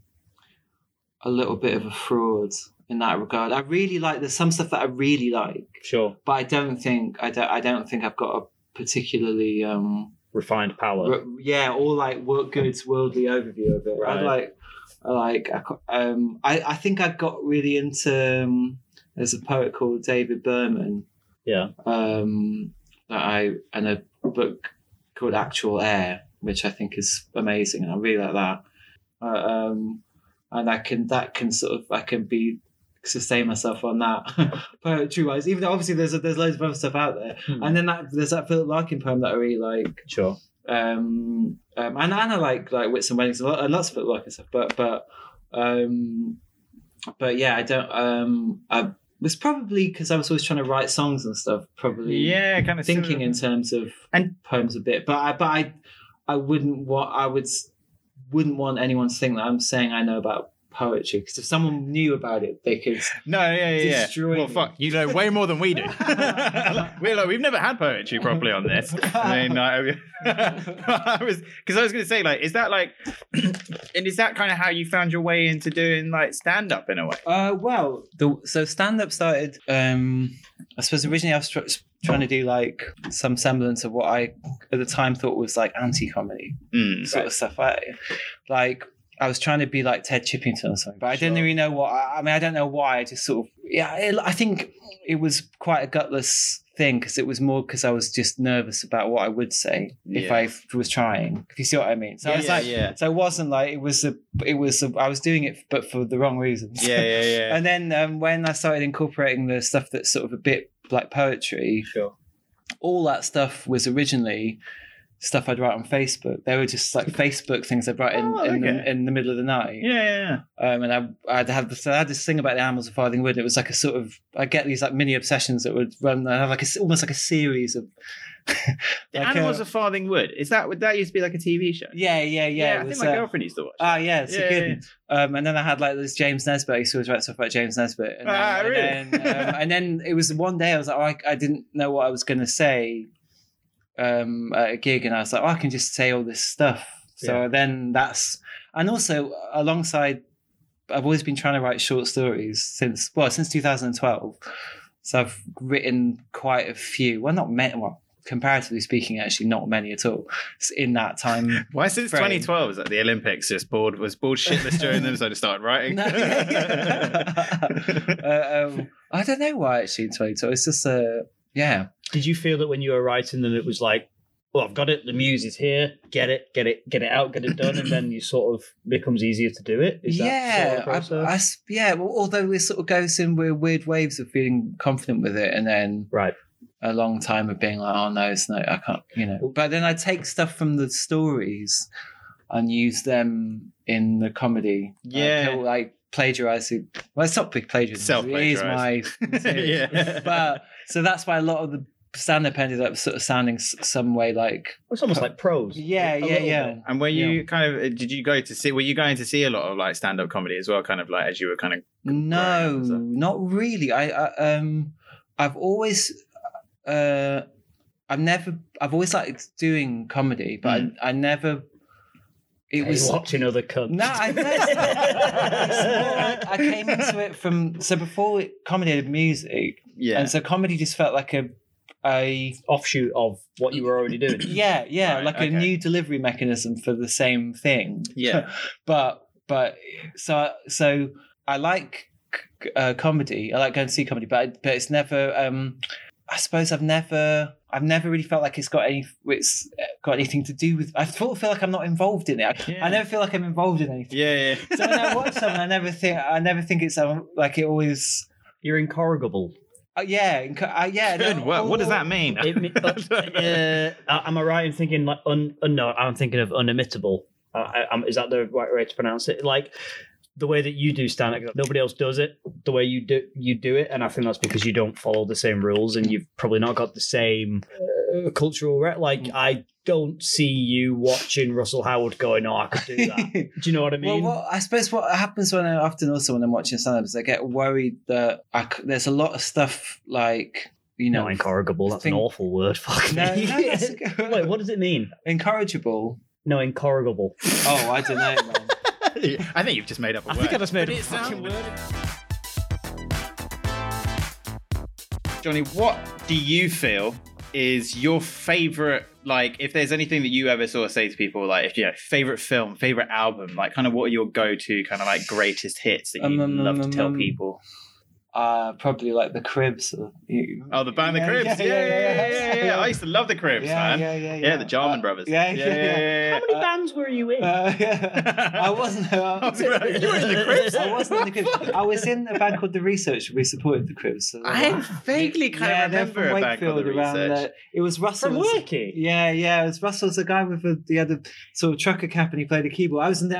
Speaker 4: a little bit of a fraud in that regard. I really like there's some stuff that I really like,
Speaker 3: Sure.
Speaker 4: but I don't think I don't I don't think I've got a particularly um,
Speaker 3: Refined power.
Speaker 4: r- yeah or like what goods worldly overview of it.
Speaker 3: Right.
Speaker 4: I like I like I, co- um, I I think I got really into um, there's a poet called David Berman
Speaker 3: yeah.
Speaker 4: um, that I and a book called Actual Air, which I think is amazing, and I really like that. Uh, um, and I can that can sort of I can be sustain myself on that *laughs* poetry wise. Even though obviously there's there's loads of other stuff out there,
Speaker 3: Hmm.
Speaker 4: and then that there's that Philip Larkin poem that I really like.
Speaker 3: Sure.
Speaker 4: Um, um, and, and I like like Wits and Weddings and lo- and uh, lots of Philip Larkin stuff, but but um, but yeah, I don't. Um, I was probably because I was always trying to write songs and stuff. Probably
Speaker 1: yeah, kind of
Speaker 4: thinking in terms of
Speaker 1: And-
Speaker 4: poems a bit, but I but I I wouldn't want I would s- wouldn't want anyone to think that I'm saying I know about poetry because if someone knew about it, they could.
Speaker 1: No, yeah, yeah, yeah.
Speaker 4: Destroying
Speaker 1: Well,
Speaker 4: me.
Speaker 1: fuck, you know way more than we
Speaker 4: *laughs*
Speaker 1: do. We're like, we've never had poetry properly on this. I mean, like, *laughs* I was because I was going to say, like, is that like, *clears throat* and is that kind of how you found your way into doing like stand up in a way?
Speaker 4: Uh, well,
Speaker 5: The, so stand up started.
Speaker 4: um, I suppose originally I was tr- trying to do like some semblance of what I at the time thought was like anti comedy.
Speaker 1: Mm.
Speaker 4: sort of stuff. I, like I was trying to be like Ted Chippington or something, but I didn't really know what. I, I mean, I don't know why. I just sort of yeah. It, I think it was quite a gutless thing because it was more because I was just nervous about what I would say if
Speaker 1: Yeah.
Speaker 4: I f- was trying. If you see what I mean. So I was like,
Speaker 1: yeah,
Speaker 4: so it wasn't like it was a. It was a, I was doing it, but for the wrong reasons.
Speaker 1: yeah, yeah, yeah.
Speaker 4: *laughs* And then um, when I started incorporating the stuff that's sort of a bit like poetry,
Speaker 3: Sure.
Speaker 4: all that stuff was originally stuff I'd write on Facebook. They were just like Facebook things I'd write in,
Speaker 1: Oh,
Speaker 4: in,
Speaker 1: okay.
Speaker 4: the, in the middle of the night.
Speaker 1: yeah, yeah,
Speaker 4: Um, and I, I'd have this, I had this thing about the animals of Farthing Wood. It was like a sort of, I get these like mini obsessions that would run, I have like a s almost like a series of.
Speaker 1: The
Speaker 4: like
Speaker 1: Animals
Speaker 4: a-
Speaker 1: of Farthing Wood. Is that that used to be like a TV show?
Speaker 4: Yeah, yeah, yeah. it
Speaker 1: I think
Speaker 4: was,
Speaker 1: my
Speaker 4: uh,
Speaker 1: girlfriend used to watch.
Speaker 4: Ah, yeah, it's
Speaker 1: Yeah,
Speaker 4: a
Speaker 1: yeah,
Speaker 4: good. Um, and then I had like this James Nesbitt. I used to always write stuff about James Nesbitt. And then,
Speaker 1: Ah,
Speaker 4: and
Speaker 1: really?
Speaker 4: then,
Speaker 1: *laughs*
Speaker 4: um, and then it was one day I was like, oh, I, I didn't know what I was going to say um, at a gig, and I was like, oh, I can just say all this stuff. So then that's and also alongside, I've always been trying to write short stories since well since 2012. So I've written quite a few. Well, not many. Well, comparatively speaking, actually, not many at all in that time.
Speaker 1: Why since
Speaker 4: Frame.
Speaker 1: 2012 was that the Olympics just bored was bored shitless during them, so I just started writing.
Speaker 4: *laughs*
Speaker 1: *laughs*
Speaker 4: No. uh, um, I don't know why actually in 2012. It's just uh, yeah.
Speaker 3: Did you feel that when you were writing them, it was like, well, I've got it. The muse is here. Get it. Get it. Get it out. Get it done. And then you sort of becomes easier to do it. Is
Speaker 4: yeah,
Speaker 3: That sort of
Speaker 4: I, I
Speaker 3: process?
Speaker 4: s- yeah. Well, although it sort of goes in weird, weird waves of feeling confident with it, and then
Speaker 3: right.
Speaker 4: a long time of being like, oh no, it's no, I can't, you know. But then I take stuff from the stories and use them in the comedy.
Speaker 1: Yeah.
Speaker 4: like, like plagiarizing. Well, it's not big plagiarism. It is my. material.
Speaker 1: yeah.
Speaker 4: But so that's why a lot of the stand up ended up sort of sounding s- some way like.
Speaker 3: It's almost like prose.
Speaker 4: Yeah,
Speaker 3: A
Speaker 4: yeah,
Speaker 3: little
Speaker 4: yeah.
Speaker 3: bit.
Speaker 1: and were you kind of uh, did you go to see were you going to see a lot of like stand up comedy as well kind of like as you were kind of growing
Speaker 4: No,
Speaker 1: up, is it?
Speaker 4: not really. I, I um, I've always, uh, I've never, I've always liked doing comedy, but
Speaker 1: Hmm.
Speaker 4: I, I never. It
Speaker 3: He was
Speaker 4: was
Speaker 3: watching other cubs.
Speaker 1: *laughs*
Speaker 4: no, I, no, it's not. It's more like I came into it from so before it, comedy had music,
Speaker 1: yeah
Speaker 4: *laughs* and so comedy just felt like a, a
Speaker 3: offshoot of what you were already doing.
Speaker 4: yeah, yeah,
Speaker 1: Right,
Speaker 4: like
Speaker 1: okay.
Speaker 4: a new delivery mechanism for the same thing.
Speaker 1: yeah
Speaker 4: but but so so I like c- uh, comedy. I like going to see comedy, but but it's never. Um, I suppose I've never I've never really felt like it's got any it's got anything to do with. I sort of feel like I'm not involved in it. I,
Speaker 1: Yeah.
Speaker 4: I never feel like I'm involved in anything.
Speaker 1: yeah, yeah. *laughs*
Speaker 4: So when I watch something, I never think I never think it's um, like it always.
Speaker 3: You're incorrigible.
Speaker 4: Uh, yeah, inc- uh, yeah.
Speaker 1: Good.
Speaker 4: no,
Speaker 1: What, what does
Speaker 4: all-
Speaker 1: that mean?
Speaker 3: It mi- uh, uh, am I right in thinking like un? uh, No, I'm thinking of unimitable. Uh, I, I'm, is that the right way to pronounce it? Like the way that you do stand up, nobody else does it. The way you do you do it, and I think that's because you don't follow the same rules, and you've probably not got the same uh, cultural. Re- like I don't see you watching Russell Howard going, "Oh, I could
Speaker 4: *laughs*
Speaker 3: do that." do you know what I
Speaker 4: *laughs*
Speaker 3: mean?
Speaker 4: Well, what, I suppose what happens when I often also when I'm watching stand-up is I get worried that I c there's a lot of stuff like you know
Speaker 3: not incorrigible. That's
Speaker 4: think-
Speaker 3: an awful word. Fuck
Speaker 4: No,
Speaker 3: me.
Speaker 4: no,
Speaker 3: *laughs*
Speaker 4: that's good.
Speaker 3: Wait, what does it mean?
Speaker 4: encourageable.
Speaker 3: No, incorrigible.
Speaker 4: Oh, I don't know, *laughs* man.
Speaker 1: *laughs* I think you've just made up a
Speaker 2: I
Speaker 1: word.
Speaker 2: think I just made
Speaker 1: But
Speaker 2: a
Speaker 1: it
Speaker 2: fucking
Speaker 1: sounds- Johnny, what do you feel is your favorite? Like, if there's anything that you ever sort of say to people, like, if you know, favorite film, favorite album, like, kind of what are your go-to kind of like greatest hits that you
Speaker 4: Um, um,
Speaker 1: love to
Speaker 4: um,
Speaker 1: tell
Speaker 4: um.
Speaker 1: people?
Speaker 4: Uh, probably like the cribs. Or, you,
Speaker 1: Oh, the band, the Cribs. Yeah, yeah, yeah, yeah, yeah, yeah. I used to love the Cribs,
Speaker 4: yeah,
Speaker 1: man. Yeah,
Speaker 4: yeah, yeah,
Speaker 1: the Jarman
Speaker 4: Uh,
Speaker 1: Brothers.
Speaker 4: yeah, yeah,
Speaker 3: How
Speaker 1: yeah.
Speaker 3: many bands were you
Speaker 4: *laughs*
Speaker 3: in?
Speaker 4: uh, yeah. I *laughs* wasn't.
Speaker 1: *laughs*
Speaker 4: Uh,
Speaker 1: You were in the Cribs?
Speaker 4: I wasn't in the cribs. I was in a band called The Research. We supported the cribs. So
Speaker 1: I vaguely kind
Speaker 4: yeah,
Speaker 1: of
Speaker 4: they're
Speaker 1: remember
Speaker 4: from
Speaker 1: a band called the
Speaker 4: Wakefield around
Speaker 1: Research.
Speaker 4: there. It was Russell.
Speaker 3: From Worky.
Speaker 4: Yeah, yeah. It was Russell's the guy with a, he had a sort of trucker cap and he played a keyboard. I was in the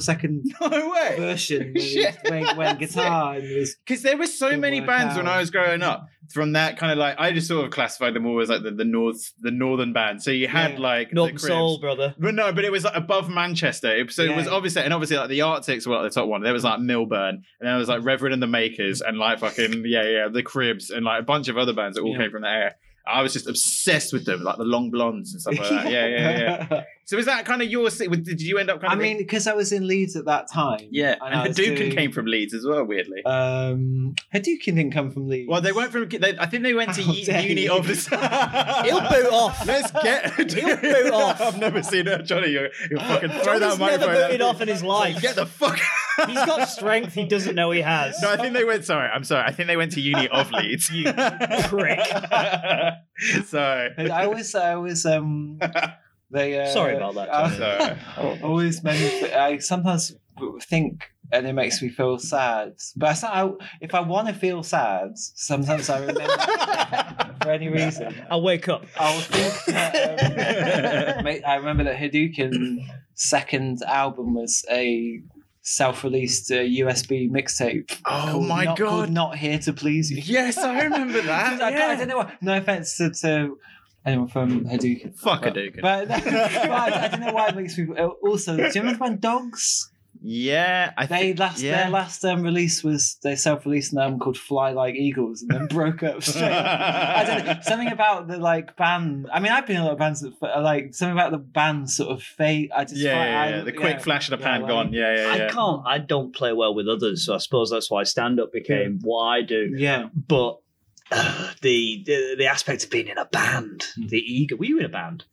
Speaker 1: *laughs*
Speaker 4: second
Speaker 1: *laughs* No way.
Speaker 4: version when he was
Speaker 1: Shit.
Speaker 4: playing, playing guitar and it was
Speaker 1: because there were so
Speaker 4: Didn't
Speaker 1: many
Speaker 4: work
Speaker 1: bands when
Speaker 4: out.
Speaker 1: I was growing up. From that kind of like, I just sort of classified them all as like the, the north, the northern band. So you had
Speaker 4: Yeah.
Speaker 1: like
Speaker 3: Northern
Speaker 1: the Cribs.
Speaker 4: *laughs*
Speaker 3: Soul, brother.
Speaker 1: But no, but it was like above Manchester. It, so it
Speaker 4: Yeah.
Speaker 1: was obviously, and obviously, like the Arctics were like the top one. There was like Milburn, and then there was like Reverend and the Makers, and like fucking yeah, yeah, the Cribs, and like a bunch of other bands that all
Speaker 4: Yeah.
Speaker 1: came from the air. I was just obsessed with them, like the Long Blondes and stuff like that. Yeah, yeah,
Speaker 2: *laughs*
Speaker 1: yeah.
Speaker 4: *laughs*
Speaker 1: So is that kind of your? se- Did you end up kind
Speaker 4: I
Speaker 1: of?
Speaker 4: mean, because I was in Leeds at that time.
Speaker 1: yeah,
Speaker 4: I
Speaker 1: and
Speaker 4: was
Speaker 1: Hadouken
Speaker 4: doing-
Speaker 1: came from Leeds as well, weirdly.
Speaker 2: Uh,
Speaker 4: Um, Hadouken didn't come from Leeds.
Speaker 1: Well, they weren't from. They, I think they went to
Speaker 4: How
Speaker 1: u-
Speaker 4: dare
Speaker 1: uni
Speaker 4: you.
Speaker 1: of the.
Speaker 2: *laughs* He'll boot off.
Speaker 1: Let's get.
Speaker 2: He'll boot off.
Speaker 1: *laughs*
Speaker 2: Uh,
Speaker 1: I've never seen that, Johnny. You you fucking throw
Speaker 2: Johnny's
Speaker 1: that
Speaker 2: never
Speaker 1: microphone.
Speaker 2: booted
Speaker 1: out.
Speaker 2: off in his life.
Speaker 1: Get the fuck.
Speaker 2: He's got
Speaker 3: strength he doesn't know he has.
Speaker 1: No, I think they went. Sorry, I'm sorry. I think they went to uni of Leeds. *laughs*
Speaker 4: *laughs*
Speaker 1: you
Speaker 3: prick.
Speaker 1: sorry.
Speaker 4: And I was, I was,
Speaker 1: *laughs*
Speaker 4: um, they. Uh,
Speaker 3: Sorry about that,
Speaker 4: I-
Speaker 1: Sorry.
Speaker 4: always made me. I sometimes think, and it makes me feel sad. But I, so- I, if I want to feel sad, sometimes I remember
Speaker 1: *laughs*
Speaker 4: for any reason.
Speaker 3: I'll wake up.
Speaker 4: I'll think that. Um, ma- I remember that Hadouken's second album was a self-released uh, USB mixtape.
Speaker 1: Oh
Speaker 4: called
Speaker 1: my
Speaker 4: Not- called
Speaker 1: god.
Speaker 4: Not here to please you.
Speaker 1: Yes, I remember
Speaker 4: I,
Speaker 1: that.
Speaker 4: I don't know. Why, no offense to, to anyone from Hadouken.
Speaker 1: Fuck
Speaker 4: But-
Speaker 1: Hadouken. *laughs*
Speaker 4: But, but I, I don't know why it makes me. uh, Also, do you remember when Dogs?
Speaker 1: yeah, I
Speaker 4: They
Speaker 1: think.
Speaker 4: last
Speaker 1: yeah.
Speaker 4: their last um, release was they self released an album called Fly Like Eagles and then *laughs* broke
Speaker 1: *laughs*
Speaker 4: up. straight. I don't know something about the like band. I mean, I've been in a lot of bands that uh, like something about the band sort of fate. I just
Speaker 1: Yeah,
Speaker 4: find-
Speaker 1: yeah,
Speaker 4: I-
Speaker 1: yeah, the quick flash of the
Speaker 4: Yeah,
Speaker 1: pan
Speaker 4: like-
Speaker 1: gone. Yeah, yeah, yeah.
Speaker 3: I can't. I don't play well with others, so I suppose that's why stand up became what I do.
Speaker 4: Yeah,
Speaker 3: But uh, the, the the aspect of being in a band,
Speaker 1: Hmm.
Speaker 3: the ego. Were you in a band?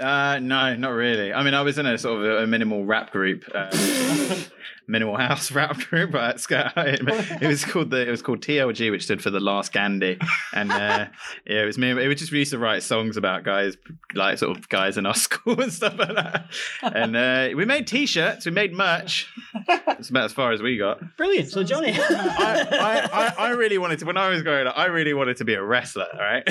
Speaker 1: Uh, no, not really. I mean, I was in a sort of a, a minimal rap group, uh, *laughs* minimal house rap group. But it's got- it was called the it was called TLG, which stood for the Last Gandhi. And uh, yeah, it was me. It was just we used to write songs about guys, like sort of guys in our *laughs* school and stuff like that. And uh, we made T-shirts, we made merch. It's about as far as we got.
Speaker 3: Brilliant. So *laughs* Johnny,
Speaker 1: I, I, I, I really wanted to when I was growing up. I really wanted to be a wrestler. All right.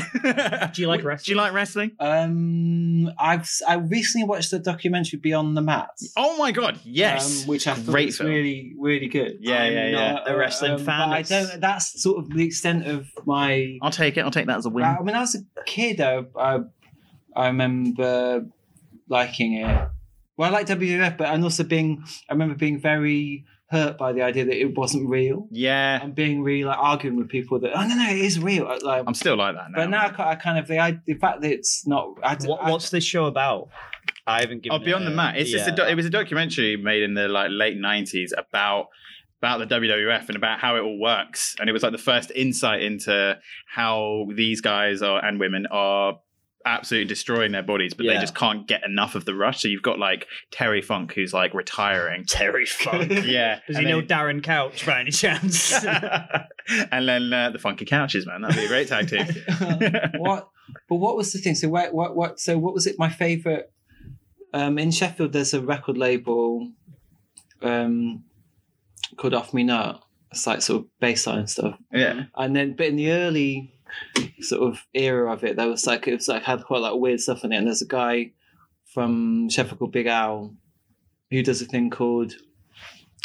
Speaker 1: *laughs*
Speaker 3: do you like
Speaker 1: Do
Speaker 3: wrestling?
Speaker 1: you like wrestling?
Speaker 4: um, I've s- I recently watched the documentary Beyond the Mat.
Speaker 1: Oh my god! Yes.
Speaker 4: um, which I thought
Speaker 1: Great
Speaker 4: was
Speaker 1: film.
Speaker 4: really, really good.
Speaker 1: Yeah, yeah, yeah.
Speaker 3: A wrestling fan,
Speaker 4: um, but I
Speaker 3: it's-
Speaker 4: don't. That's sort of the extent of my.
Speaker 1: I'll take it. I'll take that as a win.
Speaker 4: I when I was a kid, I, I, I remember liking it. Well, I liked WWF, but and also being, I remember being very hurt by the idea that it wasn't real
Speaker 1: yeah,
Speaker 4: and being really like arguing with people that oh no no it is real like.
Speaker 1: I'm still like that now.
Speaker 4: but now I, ki- I kind of the, I, the fact that it's not. I, d-
Speaker 3: What,
Speaker 4: I-
Speaker 3: what's this show about? I haven't given.
Speaker 1: Oh, Beyond
Speaker 3: it
Speaker 1: the
Speaker 3: a-
Speaker 1: Mat. It's just a
Speaker 3: yeah.
Speaker 1: do- it was a documentary made in the like late nineties about about the WWF and about how it all works, and it was like the first insight into how these guys are and women are absolutely destroying their bodies, but they
Speaker 3: Yeah.
Speaker 1: just can't get enough of the rush. So you've got like Terry Funk who's like retiring.
Speaker 3: Terry Funk.
Speaker 1: *laughs* Yeah,
Speaker 3: Does
Speaker 1: and
Speaker 3: he know
Speaker 1: then-
Speaker 3: Darren Couch by any chance?
Speaker 1: *laughs* and then uh, the Funky Couches, man, that'd be a great tag *laughs* team.
Speaker 4: *laughs* what but what was the thing so what what, what so what was it my favorite um in sheffield there's a record label um called off me not it's like sort of baseline and stuff
Speaker 1: yeah,
Speaker 4: and then but in the early sort of era of it there was like it was like had quite a lot of weird stuff in it and there's a guy from sheffield called big owl who does a thing called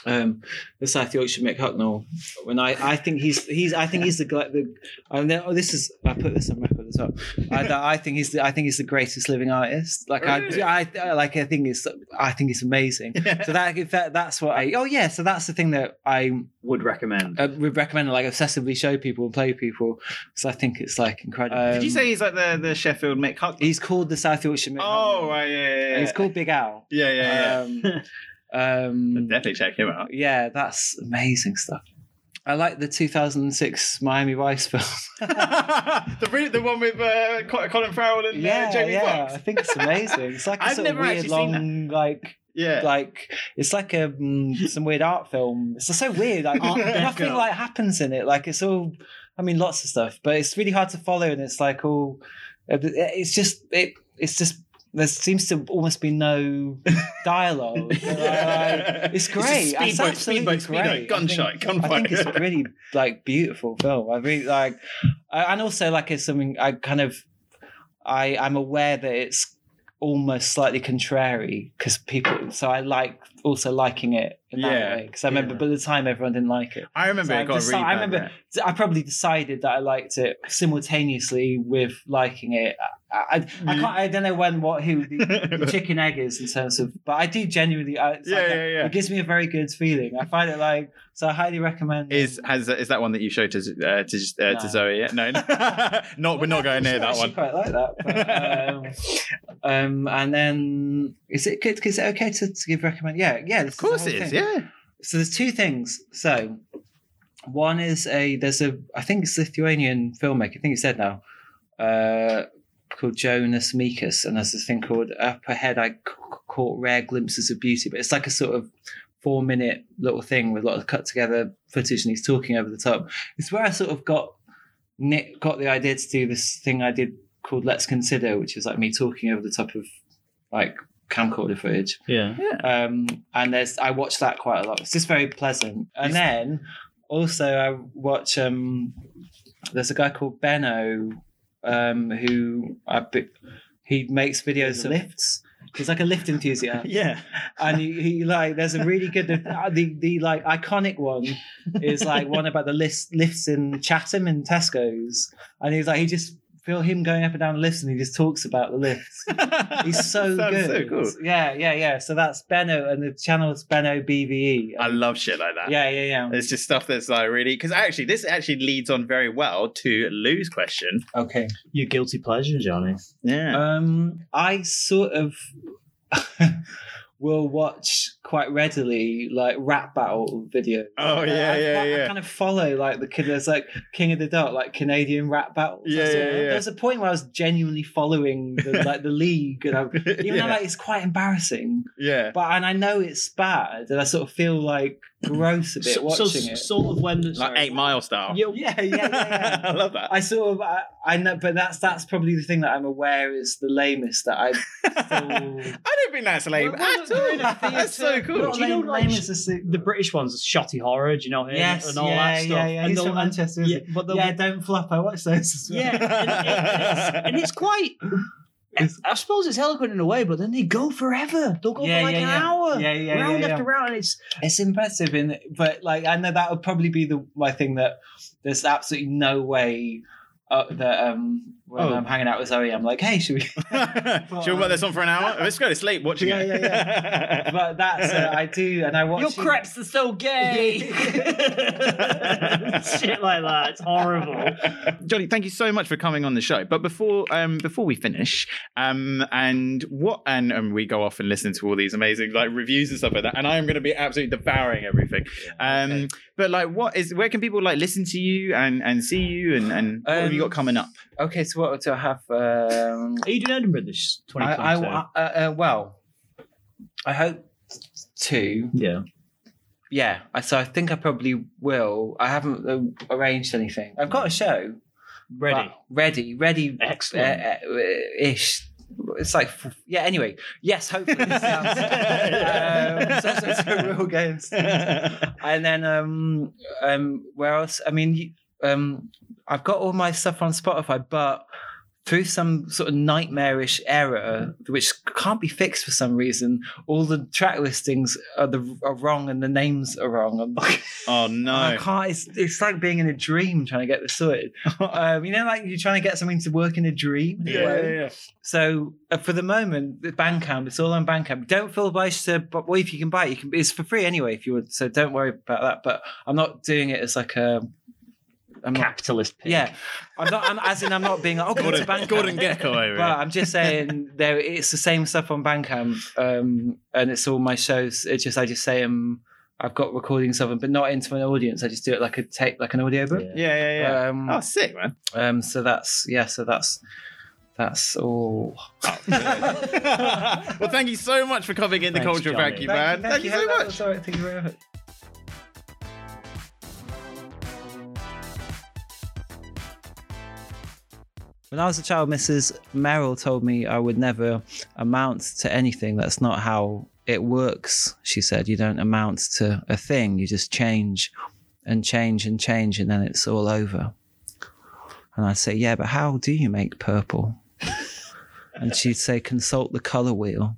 Speaker 4: um, the South Yorkshire Mick Hucknall, and I, I think he's he's I think he's the gl- the and then, oh this is I put this on record as well. I, that I think he's the, I think he's the greatest living artist. Like
Speaker 1: Really?
Speaker 4: I, I like I think it's I think it's amazing. So that if that that's what I oh yeah so that's the thing that I
Speaker 3: Would recommend.
Speaker 4: uh, we recommend like obsessively show people and play people because I think it's like incredible.
Speaker 1: did you
Speaker 4: Um,
Speaker 1: say he's like the the Sheffield Mick Huck?
Speaker 4: he's called the South Yorkshire? Mick
Speaker 1: oh,
Speaker 4: Hucknall.
Speaker 1: right, yeah, yeah, yeah.
Speaker 4: he's called Big Al.
Speaker 1: yeah, yeah, yeah. *laughs*
Speaker 4: Um, um,
Speaker 1: Definitely check him out.
Speaker 4: yeah, that's amazing stuff. I like the 2006 Miami Vice *laughs* film.
Speaker 1: *laughs* the re- the one with uh, Co- Colin Farrell and uh, Jamie
Speaker 4: I
Speaker 1: Foxx.
Speaker 4: think it's amazing. It's like a
Speaker 1: I've
Speaker 4: sort of
Speaker 1: never
Speaker 4: weird
Speaker 1: actually seen
Speaker 4: long like
Speaker 1: Yeah. *laughs*
Speaker 4: like uh, it's like a mm, some weird art film. It's so weird. Like
Speaker 1: Art Deco.
Speaker 4: nothing like happens in it. Like it's all. I mean, lots of stuff, but it's really hard to follow, and it's like all. uh, It's just it. It's just there seems to almost be no dialogue. Like, *laughs* it's
Speaker 1: It's
Speaker 4: great.
Speaker 1: just
Speaker 4: It's
Speaker 1: speedboat,
Speaker 4: absolutely
Speaker 1: speedboat,
Speaker 4: great.
Speaker 1: speedboat,
Speaker 4: I think-
Speaker 1: gunshot,
Speaker 4: I
Speaker 1: gunfight.
Speaker 4: think it's a really like beautiful film. I really like, I, and also like it's something I kind of, I I'm aware that it's almost slightly contrary because people. So I like also liking it in
Speaker 1: Yeah,
Speaker 4: that way because I remember,
Speaker 3: yeah.
Speaker 4: but at the time everyone didn't like it.
Speaker 1: I remember
Speaker 4: So
Speaker 1: it
Speaker 4: I've
Speaker 1: got
Speaker 4: deci-
Speaker 1: really bad
Speaker 4: I remember-
Speaker 1: rep.
Speaker 4: So I probably decided that I liked it simultaneously with liking it. I, I, I
Speaker 1: Mm.
Speaker 4: can't. I don't know when what who the,
Speaker 1: *laughs*
Speaker 4: the chicken egg is in terms of, but I do genuinely. I, it's
Speaker 1: Yeah,
Speaker 4: like a-
Speaker 1: yeah, yeah.
Speaker 4: It gives me a very good feeling. I find it like so. I highly recommend. it.
Speaker 1: Is has is that one that you showed to uh, to, uh,
Speaker 4: No.
Speaker 1: to Zoe yet? No, *laughs* not we're not going near that
Speaker 4: I
Speaker 1: one.
Speaker 4: quite like that. But,
Speaker 1: *laughs*
Speaker 4: um, um, and then is it good? Is it okay to, to give recommend? Yeah, yeah.
Speaker 1: Of course it is. Yeah.
Speaker 4: So there's two things. So one is a there's a I think it's Lithuanian filmmaker. I think it's dead now. Uh, called Jonas Mikas, and there's this thing called Up Ahead. I c- c- caught rare glimpses of beauty, but it's like a sort of four minute little thing with a lot of cut together footage, and he's talking over the top. It's where I sort of got Nick got the idea to do this thing I did called Let's Consider, which is like me talking over the top of like camcorder footage
Speaker 3: *laughs* yeah.
Speaker 4: um, and there's I watch that quite a lot. It's just very pleasant. And then also I watch um, there's a guy called Benno um, who I be- he makes videos of lifts. He's like a lift enthusiast,
Speaker 3: Yeah.
Speaker 4: and he, he like there's a really good the, the the like iconic one is like one about the lifts lifts in Chatham and Tesco's, and he's like he just feel him going up and down lifts, and he just talks about
Speaker 1: *laughs*
Speaker 4: the lifts. He's so
Speaker 1: Sounds
Speaker 4: good.
Speaker 1: So cool.
Speaker 4: Yeah, yeah, yeah. So that's Benno, and the channel's Benno BVE.
Speaker 1: I love shit like that.
Speaker 4: yeah, yeah, yeah.
Speaker 1: Uh, It's just stuff that's like really because actually this actually leads on very well to Lou's question. *laughs*
Speaker 4: Okay.
Speaker 3: Your guilty pleasure, Johnny.
Speaker 1: Yeah.
Speaker 4: Um, I sort of *laughs* will watch quite readily like rap battle videos.
Speaker 1: Oh,
Speaker 4: Like,
Speaker 1: yeah,
Speaker 4: I,
Speaker 1: yeah,
Speaker 4: I, I
Speaker 1: yeah.
Speaker 4: kind of follow like the kid. There's like King of the Dark, like Canadian rap battles.
Speaker 1: Yeah,
Speaker 4: I sort of-
Speaker 1: yeah, yeah.
Speaker 4: There was a point where I was genuinely following
Speaker 3: *laughs*
Speaker 4: the, like the league, and I,
Speaker 1: *laughs*
Speaker 4: even
Speaker 1: yeah.
Speaker 4: though like it's quite embarrassing, *laughs*
Speaker 1: yeah.
Speaker 4: but and I know it's bad, and I sort of feel like gross a bit
Speaker 3: So,
Speaker 4: watching
Speaker 3: so-
Speaker 4: it.
Speaker 3: sort of when
Speaker 1: Like
Speaker 3: sorry.
Speaker 1: eight mile style.
Speaker 3: Yeah,
Speaker 4: *laughs* yeah, yeah, yeah.
Speaker 1: *laughs*
Speaker 4: yeah.
Speaker 1: I love that.
Speaker 4: I sort of, I, I know, but that's that's probably the thing that I'm aware is the lamest that
Speaker 3: *laughs*
Speaker 4: I. Still...
Speaker 1: *laughs* I don't think that's lame
Speaker 3: Well, well,
Speaker 1: at
Speaker 4: *laughs*
Speaker 3: no, no,
Speaker 1: all.
Speaker 3: no, no,
Speaker 1: That's so cool.
Speaker 3: Do you know, like,
Speaker 4: is the,
Speaker 3: the British ones, Shotty Horror, do you know, and,
Speaker 4: yes,
Speaker 3: and all
Speaker 4: yeah,
Speaker 3: that stuff.
Speaker 4: yeah, yeah.
Speaker 3: And
Speaker 4: He's
Speaker 3: they'll-
Speaker 4: from
Speaker 3: and-
Speaker 4: Manchester.
Speaker 3: yeah,
Speaker 4: isn't
Speaker 3: but
Speaker 4: he?
Speaker 3: they'll-
Speaker 4: yeah, don't flop. I watch those as well.
Speaker 1: *laughs*
Speaker 3: *laughs* yeah, and, and it's, and it's quite I suppose it's eloquent in a way, but then they go forever. They'll go
Speaker 6: Yeah,
Speaker 3: for like
Speaker 6: yeah,
Speaker 3: an
Speaker 6: yeah.
Speaker 3: hour,
Speaker 6: Yeah, yeah,
Speaker 3: round
Speaker 6: yeah,
Speaker 3: after round, and it's
Speaker 6: It's impressive, in but like I know that would probably be the my thing that there's absolutely no way uh, that um when
Speaker 1: Oh.
Speaker 6: I'm hanging out with Zoe, I'm like, hey, should we? *laughs*
Speaker 1: Should we work this on for an hour? Let's go to sleep watching
Speaker 6: Yeah,
Speaker 1: it.
Speaker 6: but that's uh, I do, and I watch.
Speaker 3: your creps are so gay. *laughs*
Speaker 6: *laughs*
Speaker 1: *laughs*
Speaker 4: *laughs*
Speaker 3: Shit like that. It's horrible.
Speaker 1: Johnny, thank you so much for coming on the show. But before um, before we finish, um, and what and, and we go off and listen to all these amazing like reviews and stuff like that. And I am going to be absolutely devouring everything. Um,
Speaker 4: okay.
Speaker 1: But like, what is where can people like listen to you and and see you and and what have you
Speaker 4: Um,
Speaker 1: got coming up?
Speaker 4: Okay, so what do I have? Um,
Speaker 3: Are you doing Edinburgh this
Speaker 6: I,
Speaker 3: 2022?
Speaker 6: I, I- uh, uh, well, I hope to.
Speaker 3: yeah.
Speaker 6: Yeah,
Speaker 4: I- so I think I probably will. I haven't uh, arranged anything. I've got a show
Speaker 3: Ready.
Speaker 4: but- ready, ready, uh,
Speaker 3: Excellent.
Speaker 4: uh, ish. It's like f- yeah. Anyway, yes. Hopefully,
Speaker 1: *laughs*
Speaker 4: this sounds, um, so, so, so we'll go and see.
Speaker 6: Eh. *laughs*
Speaker 4: and then um um where else i mean you- um i've got all my stuff on spotify but through some sort of nightmarish error which can't be fixed for some reason all the track listings are the are wrong and the names are wrong i'm like
Speaker 1: Oh
Speaker 4: i
Speaker 1: no!
Speaker 4: can't it's, it's like being in a dream trying to get this
Speaker 1: *laughs*
Speaker 4: sorted um you know like you're trying to get something to work in a dream in a way. So uh, for the moment, the Bandcamp, it's all on Bandcamp. Don't feel obliged to, but well, if you can buy it, you can. It's for free anyway, if you would. So don't worry about that. But I'm not doing it as like a. I'm not,
Speaker 3: Capitalist. Pig.
Speaker 4: yeah, I'm not. I'm, as in, I'm not being. Like, oh, go to
Speaker 1: Gordon,
Speaker 4: Bandcamp.
Speaker 1: Gordon Gecko over
Speaker 4: But
Speaker 1: here.
Speaker 4: I'm just saying there. It's the same stuff on Bandcamp, um, and it's all my shows. It's just I just say um, I've got recordings of them, but not into an audience. I just do it like a tape, like an audiobook.
Speaker 3: Yeah.
Speaker 1: Yeah, yeah, yeah.
Speaker 4: Um,
Speaker 1: oh, sick man!
Speaker 4: um, so that's yeah. So that's that's all.
Speaker 1: well, thank you so much for coming in the
Speaker 3: Thanks,
Speaker 1: culture
Speaker 3: Johnny.
Speaker 1: vacuum, man. Thank, you, so much.
Speaker 4: Sorry, thank you very much. When I was a child, Mrs. Merrill told me I would never amount to anything. That's not how it works, she said. You don't amount to a thing, you just change and change and change, and then it's all over. And I'd say, Yeah, but how do you make purple? and she'd say, Consult the color wheel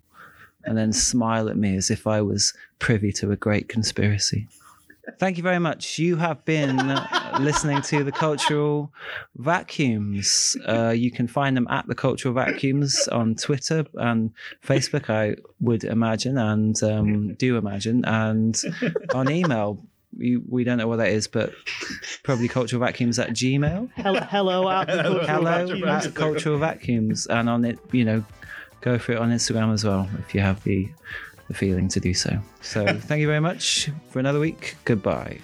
Speaker 4: and then smile at me as if I was privy to a great conspiracy. Thank you very much. You have been listening to the Cultural Vacuums. Uh, you can find them at the Cultural Vacuums on Twitter and Facebook, I would imagine, and um, do imagine, and on email. You, we don't know what that is, but probably cultural vacuums at Gmail.
Speaker 3: Hello, hello out the cultural
Speaker 4: Hello
Speaker 3: vacuum.
Speaker 4: at cultural vacuums, and on it, you know, go for it on Instagram as well if you have the the feeling to do so. So thank you very much for another week. Goodbye.